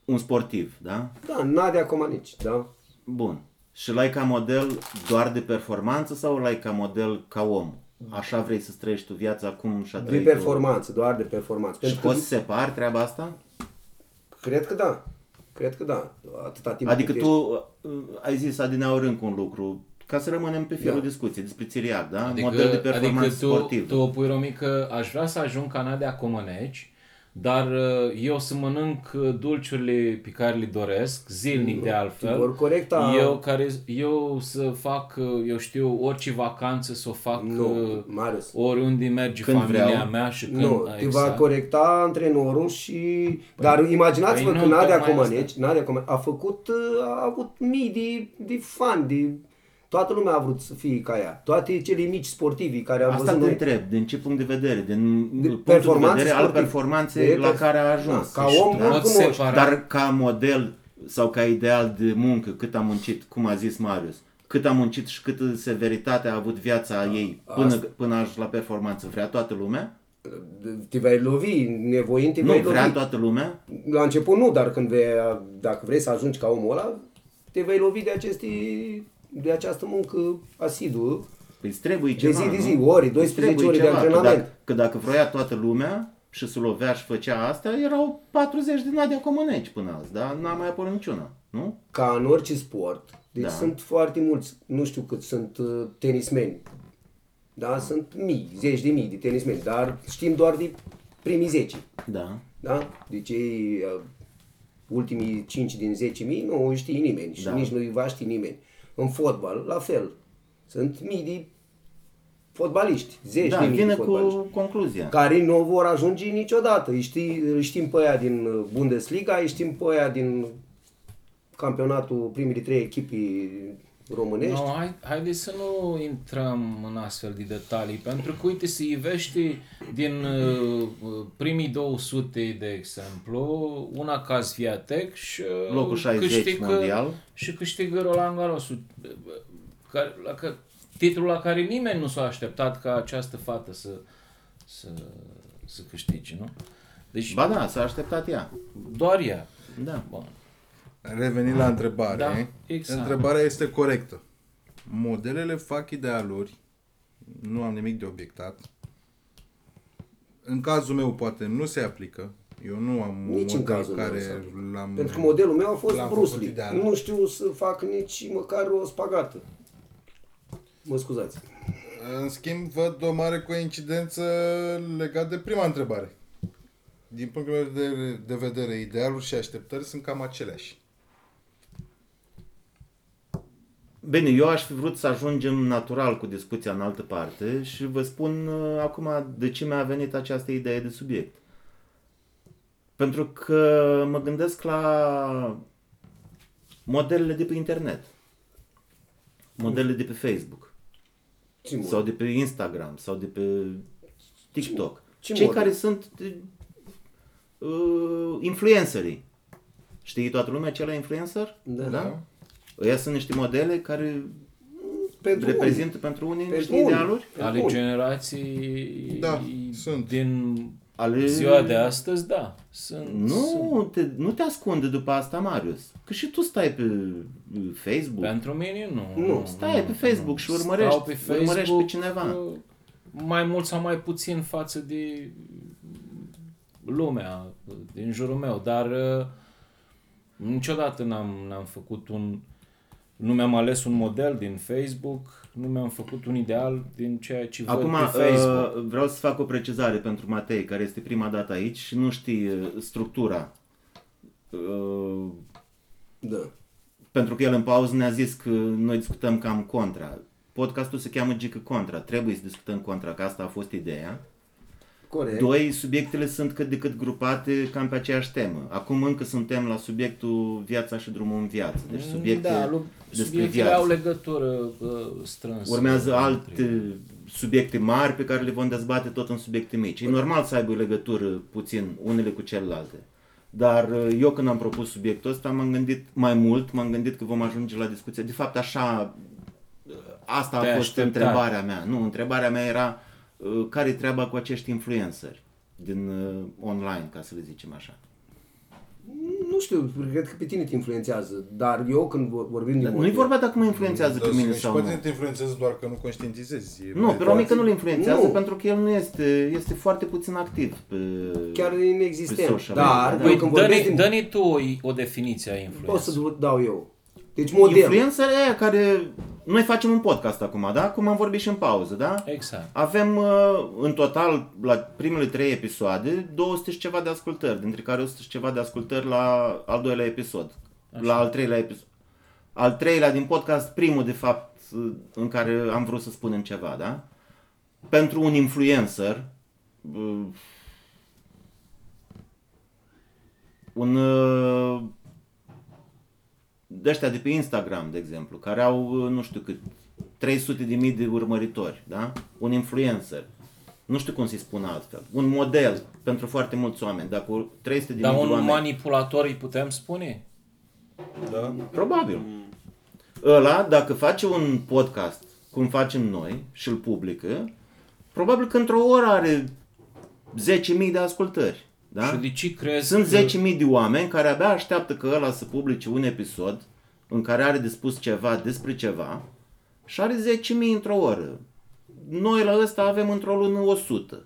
B: un sportiv, da?
A: Da, Nadia Comanici, da?
B: Bun. Și l-ai ca model doar de performanță sau l-ai ca model ca om? Așa vrei să trăiești tu viața acum și a
A: De
B: trăit
A: performanță, doar de performanță.
B: Tu. Păi, Și
A: Pentru că,
B: poți să separi treaba asta?
A: cred că da. Cred că da. Atâta timp
B: Adică
A: cât
B: tu uh, ai zis adineauri încă un lucru, ca să rămânem pe firul
A: Da.
B: discuției, despre Țiriac, da?
D: Adică,
B: model de
D: adică
B: performanță
D: tu,
B: sportiv.
D: tu o pui, Romică, aș vrea să ajung ca Nadia Comăneci, Dar uh, eu să mănânc uh, dulciurile pe care le doresc, zilnic de altfel.
A: Vor corecta-
D: Eu, care, eu să fac, uh, eu știu, orice vacanță să o fac
A: Nu,
D: uh,
A: Marius.
D: oriunde merge
B: Când exact.
D: familia
B: vreau.
D: mea și când... exact.
A: Nu, te va corecta antrenorul și... Dar imaginați-vă
D: păi
A: că
D: nu,
A: Nadia
D: tocmai
A: Comăneci, Nadia Comăneci a făcut, uh, a avut mii de, de fani, de... Toată lumea a vrut să fie ca ea. Toate cele mici sportivi care am
B: Asta
A: văzut
B: te
A: noi.
B: întreb, din ce punct de vedere, din
A: de
B: punctul de vedere al
A: sportiv.
B: performanței
A: De
B: la
A: perf-
B: care a ajuns. Deci
A: Da, ca om,
D: pot
A: oricum
D: separa.
A: ești.
B: Dar ca model sau ca ideal de muncă, cât a muncit, cum a zis Marius, cât a muncit și cât severitate a avut viața ei până, până ajunge la performanță, vrea toată lumea?
A: Te vei lovi, nevoind te
B: Nu,
A: vei
B: vrea
A: lovi.
B: toată lumea?
A: La început nu, dar când vei, dacă vrei să ajungi ca omul ăla, te vei lovi de, aceste, de această muncă asiduă.
B: Păi îți trebuie
A: De
B: ceva,
A: zi de
B: nu?
A: zi, ori,
B: Îți
A: 12
B: trebuie
A: ori de
B: ceva, că
A: antrenament.
B: dacă- Că dacă vroia toată lumea și se lovea și făcea asta, erau 40 de Nadia Comăneci până azi, dar n-a mai apărut niciuna, nu?
A: ca în orice sport, deci
B: Da.
A: da. sunt foarte mulți, nu știu cât sunt uh, tenismeni, da? Sunt mii, zeci de mii de tenismeni, dar știm doar de primii zece,
B: Da.
A: da? Deci ei, uh, ultimii cinci din zece mii nu îi știe nimeni și
B: Da.
A: da. nici nu îi va ști nimeni. În fotbal, la fel, sunt mii de fotbaliști, zeci
B: da,
A: de mii de
B: vine cu
A: fotbaliști.
B: concluzia.
A: Care nu vor ajunge niciodată. Îi știi, îi știm pe aia din uh, Bundesliga, îi știm pe aia din campionatul primii trei echipi românești.
D: No, hai, haideți să nu intrăm în astfel de detalii, pentru că, uite, se ivește din uh, primii 200, de exemplu, una ca Sviatek și uh,
B: Locul 60 mondial.
D: și câștigă Roland Garros, uh, care, la, că, titlul la care nimeni nu s-a așteptat ca această fată să, să, să câștige, nu? Deci,
B: Ba da, s-a așteptat ea.
D: doar ea.
B: Da.
D: Bun.
C: Revenind la întrebare,
D: Da, exact.
C: întrebarea este corectă. Modelele fac idealuri, nu am nimic de obiectat. În cazul meu poate nu se aplică, eu nu am un
A: Nici în
C: model
A: cazul meu
C: care
A: s-a aplicat.
C: l-am...
A: Pentru că modelul meu a fost
C: L-am
A: Bruce
C: făcut
A: Lee.
C: ideal.
A: Nu știu să fac nici măcar o spagată. Mă scuzați.
C: În schimb, văd o mare coincidență legat de prima întrebare. Din punctul meu de, de vedere, idealuri și așteptări sunt cam aceleași.
B: Bine, eu aș fi vrut să ajungem natural cu discuția în altă parte și vă spun uh, acum de ce mi-a venit această idee de subiect. Pentru că mă gândesc la modelele de pe internet, modelele de pe Facebook,
A: Ce mod?
B: sau de pe Instagram, sau de pe TikTok.
A: Ce- ce
B: Cei
A: model?
B: care sunt uh, influencerii. Știi toată lumea ce e la influencer?
A: Da.
B: da? Ăia sunt niște modele care
A: Pentru
B: reprezintă pentru unii
A: Pentru
B: niște
A: unii. Da.
B: idealuri
D: Ale
A: Bun.
D: generației
C: Da, sunt.
D: din
B: ale...
D: ziua de astăzi, da. Sunt, sunt.
B: Nu te, nu te ascunde după asta, Marius. Că și tu stai pe uh, Facebook.
D: Pentru mine nu.
A: Nu,
B: Stai pe Facebook și urmărești,
D: Stau pe Facebook,
B: urmărești pe cineva.
D: uh, Mai mult sau mai puțin față de lumea uh, din jurul meu, dar uh, niciodată n-am, n-am făcut un... Nu mi-am ales un model din Facebook, nu mi-am făcut un ideal din ceea ce văd
B: Acum
D: pe Facebook.
B: uh, vreau să fac o precizare pentru Matei, care este prima dată aici și nu știe uh, structura. Uh,
A: Da.
B: pentru că el în pauză ne-a zis că noi discutăm cam contra. Podcastul se cheamă Gică Contra. Trebuie să discutăm contra, că asta a fost ideea.
A: Corect.
B: Doi, subiectele sunt cât de cât grupate cam pe aceeași temă. Acum încă suntem la subiectul viața și drumul în viață. Deci subiecte
D: da, lu-
B: despre
D: subiectele
B: viață.
D: au legătură uh, strânsă.
B: Urmează
D: între ele.
B: alte subiecte mari pe care le vom dezbate tot în subiecte mici. E normal să aibă legătură puțin unele cu celelalte. Dar uh, eu când am propus subiectul ăsta m-am gândit mai mult, m-am gândit că vom ajunge la discuție. De fapt așa, uh, asta a
D: Te-ai
B: fost
D: așteptat.
B: întrebarea mea. Nu, întrebarea mea era uh, care e treaba cu acești influenceri din uh, online, ca să le zicem așa.
A: Nu știu, cred că pe tine te influențează, dar eu când vor- vorbim de
B: Dar Nu e
A: model-
B: vorba dacă mă influențează pe mine sau nu.
C: poate te influențează doar că nu conștientizezi. E
B: Nu,
C: mai
B: pe Romica
C: tare.
B: nu-l influențează
A: Nu.
B: pentru că el nu este, este foarte puțin activ pe
A: Chiar e inexistent.
B: pe Păi social
A: Dar-
B: media, da.
D: Păi,
A: Când
D: dă-ne,
A: vorbesc din-
D: dă-ne tu o, o definiție a influenței.
A: Pot să vă dau eu. Deci model.
B: Influencer e aia care Noi facem un podcast acum, da? Cum am vorbit și în pauză, da?
D: Exact.
B: Avem uh, în total, la primele trei episoade, 200 și ceva de ascultări, dintre care 100 și ceva de ascultări la al doilea episod. Așa. La al treilea episod. Al treilea din podcast, primul de fapt uh, în care am vrut să spunem ceva, da? Pentru un influencer, uh, un uh, de ăștia de pe Instagram, de exemplu, care au, uh, nu știu cât, 300 de mii de urmăritori, da? Un influencer. Nu știu cum să-i spun altfel. Un model pentru foarte mulți oameni. Dacă o- 300 de
D: Dar
B: mii de
D: Da, un
B: oameni...
D: manipulator îi putem spune?
F: Da?
B: Probabil.
D: Mm.
B: Ăla, dacă face un podcast, cum facem noi, și îl publică, probabil că într-o oră are 10.000 de ascultări. Da?
D: Și de ce crezi
B: Sunt
D: că-
B: 10.000 de oameni care abia așteaptă că ăla să publice un episod în care are de spus ceva despre ceva și are 10.000 într-o oră. Noi la ăsta avem într-o lună 100.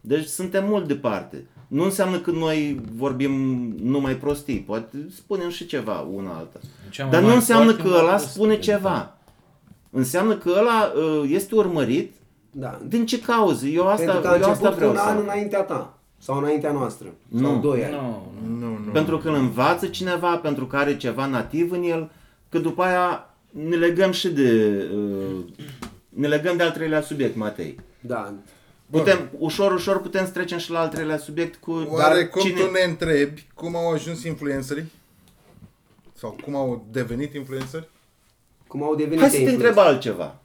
B: Deci suntem mult departe. Nu înseamnă că noi vorbim numai prostii, poate spunem și ceva una alta.
D: Cea mai
B: Dar nu
D: mare
B: înseamnă
D: parte adică.
B: că
D: nu a
B: ăla
D: fost
B: spune
D: credibil.
B: ceva. Înseamnă că ăla ă, este urmărit
A: Da.
B: din ce cauze? Eu asta,
A: Pentru că a
B: eu asta
A: început cu
B: vreau
A: un
B: să...
A: an înaintea ta. Sau înaintea noastră. Sau doi ani.
D: Nu, nu.
C: Nu, nu.
B: Pentru că îl învață cineva, pentru că are ceva nativ în el, că după aia ne legăm și de... uh, Ne legăm de al treilea subiect, Matei.
A: Da.
B: Putem, ușor, ușor putem să trecem și la al treilea subiect cu...
C: Oare cum tu ne întrebi cum au ajuns influencerii? Sau cum au devenit influenceri?
A: Cum au devenit
B: Hai să te
A: influencer.
B: întreb altceva.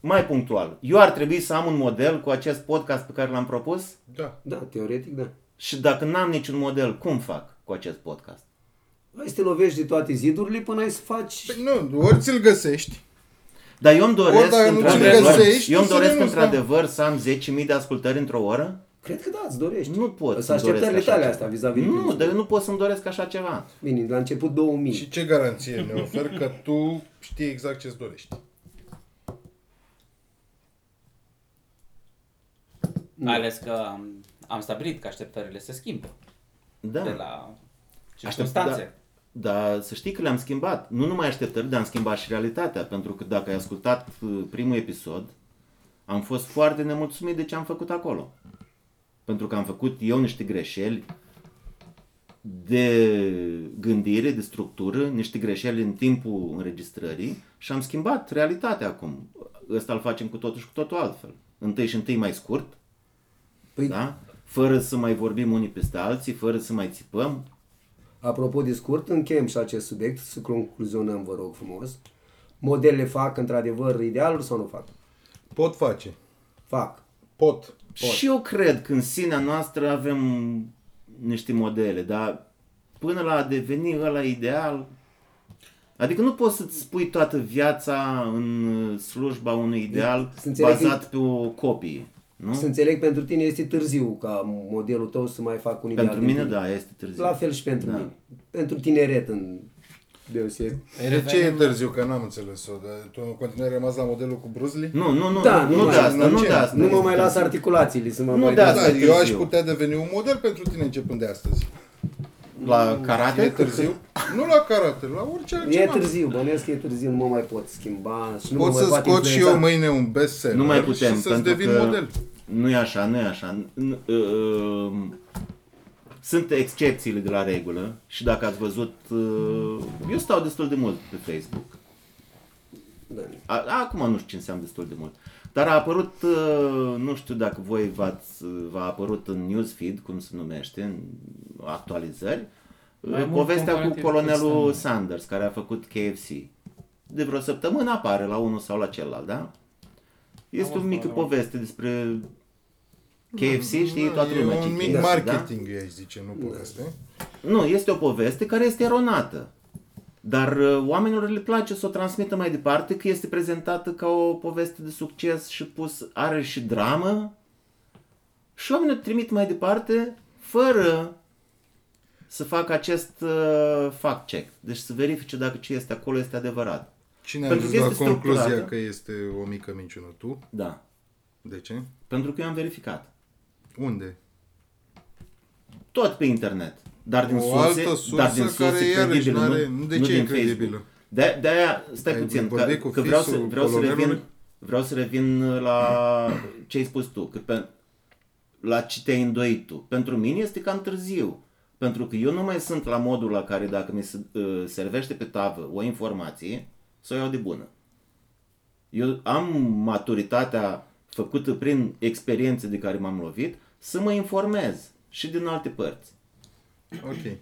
B: Mai punctual. Eu ar trebui să am un model cu acest podcast pe care l-am propus
C: Da.
A: Da, teoretic, da.
B: și dacă n-am niciun model, cum fac cu acest podcast?
A: Hai să te lovești de toate zidurile până ai să faci...
C: Păi nu, ori ți-l găsești.
B: Dar eu îmi
C: Ori
B: doresc,
C: dacă nu
B: într-adevăr,
C: ți-l găsești,
B: eu îmi
C: să
B: doresc
C: renunți, da.
B: într-adevăr să am 10.000 de ascultări într-o oră?
A: Cred că da, îți dorești.
B: Nu pot
A: Sunt
B: să-mi doresc
A: așteptările
B: așa
A: tale
B: ceva.
A: astea vis-a-vis de
B: Nu, da.
A: tine.
B: dar eu nu pot să-mi doresc așa ceva.
A: Bine, la început 2000.
C: Și ce garanție ne ofer că tu știi exact ce-ți dorești?
E: Mai ales că am, am stabilit că așteptările se schimbă
B: Da.
E: de la
B: Aștept-
E: circunstanțe.
B: Da, dar să știi că le-am schimbat. Nu numai așteptări, dar am schimbat și realitatea. Pentru că dacă ai ascultat uh, primul episod, am fost foarte nemulțumit de ce am făcut acolo. Pentru că am făcut eu niște greșeli de gândire, de structură, niște greșeli în timpul înregistrării și am schimbat realitatea acum. Ăsta îl facem cu totul și cu totul altfel. Întâi și întâi mai scurt,
A: Păi,
B: da? fără să mai vorbim unii peste alții, fără să mai țipăm,
A: Apropo de scurt, încheiem și acest subiect, să concluzionăm, vă rog frumos. Modelele fac într-adevăr idealul sau nu fac?
C: Pot face.
A: Fac.
C: Pot.
B: Și eu cred că în sinea noastră avem niște modele, dar până la a deveni ăla ideal, adică nu poți să-ți spui toată viața în slujba unui ideal
A: Să înțeleg
B: bazat pe o copie, nu?
A: Să înțeleg, pentru tine este târziu ca modelul tău să mai fac un ideal.
B: Pentru
A: de
B: mine,
A: tine.
B: da, este târziu.
A: La fel și pentru
B: Da.
A: mine. Pentru tineret în deosebire.
C: De ce e târziu? Că n-am înțeles-o. Dar tu în continuare ai rămas la modelul cu Bruce Lee?
B: Nu, nu, nu,
A: Da, nu
B: nu, nu de
A: mai-
B: asta,
C: nu
B: nu
C: ce-
B: de asta.
A: Nu mă mai
B: este
A: las
B: târziu.
A: articulațiile să mă
B: Nu
A: mai
B: de
A: las.
B: asta
C: Da,
B: e
C: eu aș
B: târziu.
C: putea deveni un model pentru tine începând de astăzi.
B: La
C: E
B: karate?
C: târziu? Nu la karate, la orice
B: da.
C: altceva.
A: E târziu, bănuiesc că e târziu, nu mă mai pot schimba și nu mă
C: Pot
A: mai
C: să
A: pot
C: scot și eu
A: influența.
C: mâine un bestseller
B: Nu mai putem,
C: și să-ți
B: pentru
C: devin
B: că
C: model.
B: nu e așa, nu e așa. N- n- uh, Sunt excepțiile de la regulă și dacă ați văzut, uh, eu stau destul de mult pe Facebook. A- Acum nu știu ce înseamnă destul de mult. Dar a apărut, uh, nu știu dacă voi v-ați, uh, v-a apărut în newsfeed, cum se numește, în actualizări,
D: Mai
B: uh,
D: mult
B: povestea cu
D: comparativ
B: colonelul
D: cu
B: Sanders, care a făcut KFC. De vreo săptămână apare la unul sau la celălalt, da? Este o mică poveste despre KFC, știi, toată
C: Da, e
B: lumea ce
C: un mic
B: KFC,
C: marketing, eu aș zice, nu poveste.
B: Da? Nu, este o poveste care este eronată. Dar uh, oamenilor le place să o transmită mai departe că este prezentată ca o poveste de succes și pus are și dramă. Și oamenii o trimit mai departe fără să facă acest uh, fact-check. Deci să verifice dacă ce este acolo este adevărat.
C: Cine a
B: Pentru
C: ajuns
B: că
C: la
B: este
C: concluzia
B: structurată.
C: că este o mică minciună? Tu?
B: Da.
C: De ce?
B: Pentru că eu am verificat.
C: Unde?
B: Tot pe internet. Dar din
C: o
B: surse,
C: altă
B: dar din
C: sursă
B: surse
C: care iarăși
B: credibile,
C: nu are...
B: nu,
C: De
B: nu
C: ce e
B: din
C: credibilă?
B: Facebook. De, de-aia, stai
C: Ai
B: puțin, că,
C: vorbit cu
B: că vreau, să,
C: fisul
B: vreau, să revin,
C: colonelului?
B: vreau să revin la ce ai spus tu, că pe, la ce te-ai îndoit tu. Pentru mine este cam târziu, pentru că eu nu mai sunt la modul la care dacă mi se uh, servește pe tavă o informație, să o iau de bună. Eu am maturitatea făcută prin experiențe de care m-am lovit să mă informez și din alte părți.
C: Ok.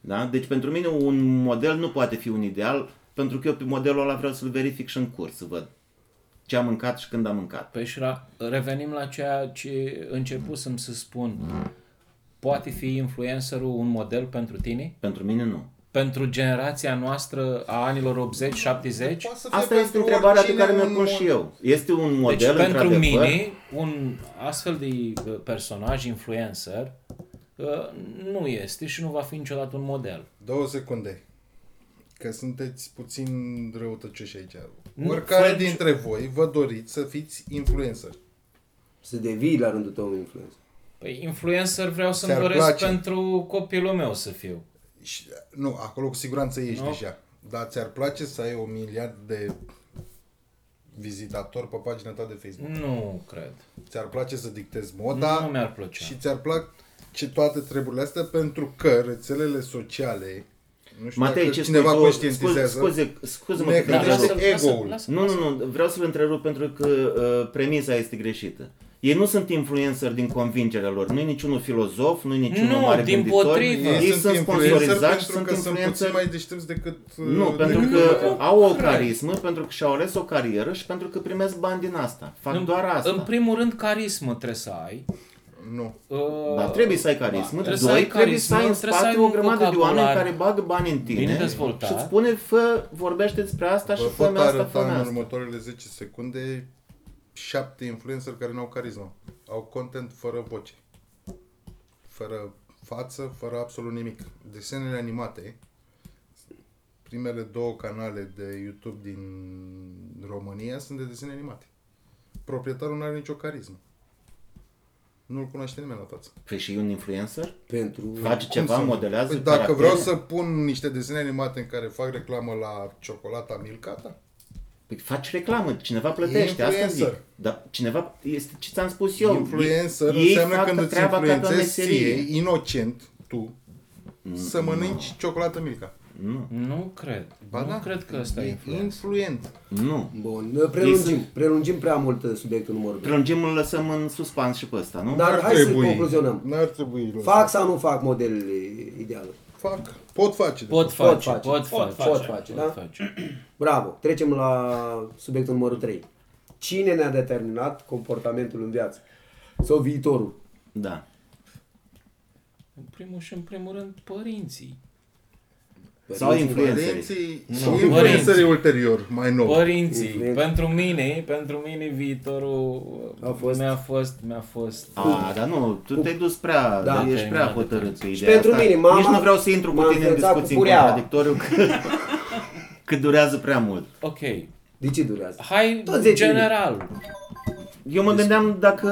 B: Da? Deci pentru mine un model nu poate fi un ideal, pentru că eu pe modelul ăla vreau să-l verific și în curs, să văd ce am mâncat și când am mâncat.
D: Păi și ra- revenim la ceea ce începusem să spun. Poate fi influencerul un model pentru tine?
B: Pentru mine nu.
D: Pentru generația noastră a anilor 80-70?
C: Poate să fie
B: Asta este
C: pentru
B: întrebarea pe
C: oricine
B: care mi-o
C: un
B: pun și eu. Este un model,
D: deci pentru
B: într-adevăr,
D: mine, un astfel de uh, personaj influencer uh, nu este și nu va fi niciodată un model.
C: Două secunde. Că sunteți puțin răutăcioși aici.
D: Nu,
C: Oricare
D: fără nicio-
C: dintre voi vă doriți să fiți influencer.
A: Să devii la rândul tău influență.
D: Păi influencer vreau să-mi
C: Ți-ar
D: doresc
C: place?
D: pentru copilul meu să fiu.
C: Și, nu, acolo cu siguranță ești
D: Nu.
C: deja. Dar ți-ar place să ai un miliard de vizitatori pe pagina ta de Facebook?
D: Nu cred.
C: Ți-ar place să dictezi moda?
D: Nu mi-ar plăcea.
C: Și ți-ar place toate treburile astea pentru că rețelele sociale nu știu
B: Matei,
C: dacă
B: ce
C: cineva
B: spui tu?
C: conștientizează.
B: Scuze, scuze-mă
C: Ne
B: că te
C: crește
B: întrerup.
D: lasă-l, lasă-l,
C: ego-ul.
D: lasă-l,
B: Nu,
D: lasă-l.
B: nu, nu, vreau să-l întrerup pentru că uh, premisa este greșită. Ei nu sunt influencer din convingerea lor, nu e niciunul filozof, nu e niciunul
D: Nu,
B: mare
D: din
B: gânditor.
D: potrivă.
C: Ei sunt influencer
B: sponsorizați,
C: pentru
B: sunt
C: că sunt puțin
B: influencer
C: mai deștepți decât...
B: Nu,
C: uh,
B: pentru că
C: decât noi.
B: au o carismă, pentru că și-au ales o carieră și pentru că primesc bani din asta. Fac
D: în,
B: doar asta.
D: În primul rând, carismă trebuie să ai.
C: Nu.
D: Uh,
B: Dar Da, trebuie să ai carismă.
D: Trebuie să
B: Doi,
D: ai
B: trebuie să
D: carismă,
B: ai în
D: trebuie să
B: spate
D: ai
B: o
D: un
B: grămadă de
D: vocabular
B: oameni care bagă bani în
D: bine
B: tine
D: dezvoltat.
B: și îți spune, fă, vorbește despre asta și
C: Vă
B: fă
C: pot
B: asta, fă
C: arăta în
B: asta.
C: următoarele 10 secunde șapte influencer care nu au carismă. Au content fără voce. Fără față, fără absolut nimic. Desenele animate, primele două canale de YouTube din România sunt de desene animate. Proprietarul nu are nicio carismă. Nu-l cunoaște nimeni la față.
B: Păi și e un influencer?
A: Pentru...
B: Face ceva,
C: să nu?
B: modelează
C: Păi dacă
B: caractere?
C: vreau să pun niște desene animate în care fac reclamă la ciocolata Milka, da.
B: Păi faci reclamă, cineva plătește, asta zic.
C: influencer.
B: Dar cineva, este ce ți-am spus eu.
C: Influencer
B: Ei
C: înseamnă
B: fac
C: când îți
B: treaba ca de-o
C: influențezi
B: meserie.
C: ție, inocent, tu,
B: Mm.
C: să mănânci ciocolată Milka.
D: Nu cred.
C: Ba
D: nu
C: da.
D: cred că ăsta e
C: E
D: influencer.
C: influent.
B: Nu.
A: Bun, prelungim,
B: Exact.
A: prelungim prea mult uh, subiectul numărul 2.
B: Prelungim, îl lăsăm în suspans și pe ăsta, nu?
A: Dar
C: N-ar
A: hai să
C: trebui.
A: concluzionăm.
C: N-ar trebui. lăsat.
A: Fac sau nu fac modelele ideale?
C: Fac. Pot face. de
D: Pot
C: fapt.
A: Pot
D: face, pot
A: face,
D: face,
A: pot face, da? Bravo. Trecem la subiectul numărul 3. Cine ne-a determinat comportamentul în viață? Sau viitorul?
B: Da.
D: În primul și în primul rând, părinții.
B: Sau influencerii.
C: Părinții și
D: Nu.
C: influențării
D: Părinții.
C: ulterior, mai nou.
D: Părinții.
A: Influențe.
D: Pentru mine, pentru mine viitorul
A: A fost-
D: mi-a fost, mi-a fost.
B: A, Ah, dar nu, tu te-ai dus prea,
A: Da.
B: da, ești
D: Ok,
B: prea
D: da,
B: hotărât pe
A: Și
B: ideea
A: pentru
B: asta.
A: mine, mama
B: Nici nu vreau să intru cu
A: m-a
B: tine în
A: învățat cu
B: discuții
A: pureaua.
B: contradictoriu, că, <laughs> că durează prea mult.
D: Ok.
A: De ce durează?
D: Hai,
A: Tot zece
D: general.
B: Eu mă gândeam dacă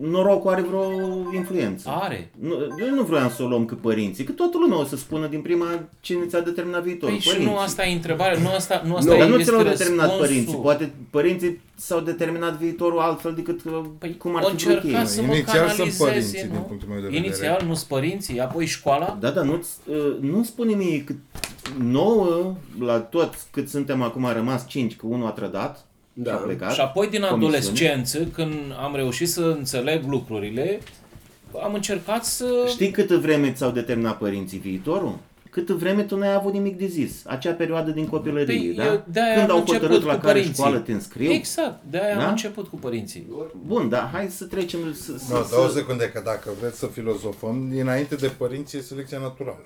B: norocul are vreo influență.
D: Are.
B: Nu, eu nu vreau să o luăm cu părinții, că toată lumea o să spună din prima cine ți-a determinat viitorul.
D: Păi și nu asta e întrebarea, nu asta, nu asta
B: Nu,
D: e
B: dar nu ți
D: este
B: l-au determinat
D: răspunsul.
B: părinții. Poate părinții s-au determinat viitorul altfel decât uh,
D: Păi
B: cum ar fi vrut
D: încerca
B: ei.
D: să mă
C: Inițial sunt
D: canalizeze,
C: părinții,
D: nu?
C: din punctul meu de vedere.
D: Inițial, nu-s părinții, apoi școala.
B: Da, da, nu-ți, uh, nu spune mie cât nouă, la toți cât suntem acum a rămas 5, că unul a trădat
A: Da.
B: și a plecat.
D: Și apoi din
B: comisiune.
D: adolescență, când am reușit să înțeleg lucrurile, am încercat să...
B: Știi câtă vreme ți-au determinat părinții viitorul? Câtă vreme tu n-ai avut nimic de zis. Acea perioadă din copilărie,
D: Păi,
B: da?
D: eu de-aia
B: Când
D: am
B: au
D: început
B: hotărât
D: cu
B: la care
D: părinții.
B: școală te înscriu.
D: Exact, de-aia
B: Da?
D: am început cu părinții.
B: Bun, dar hai să trecem să, să,
C: Nu, două
B: să...
C: secunde, că dacă vreți să filozofăm, dinainte de părinți e selecția naturală.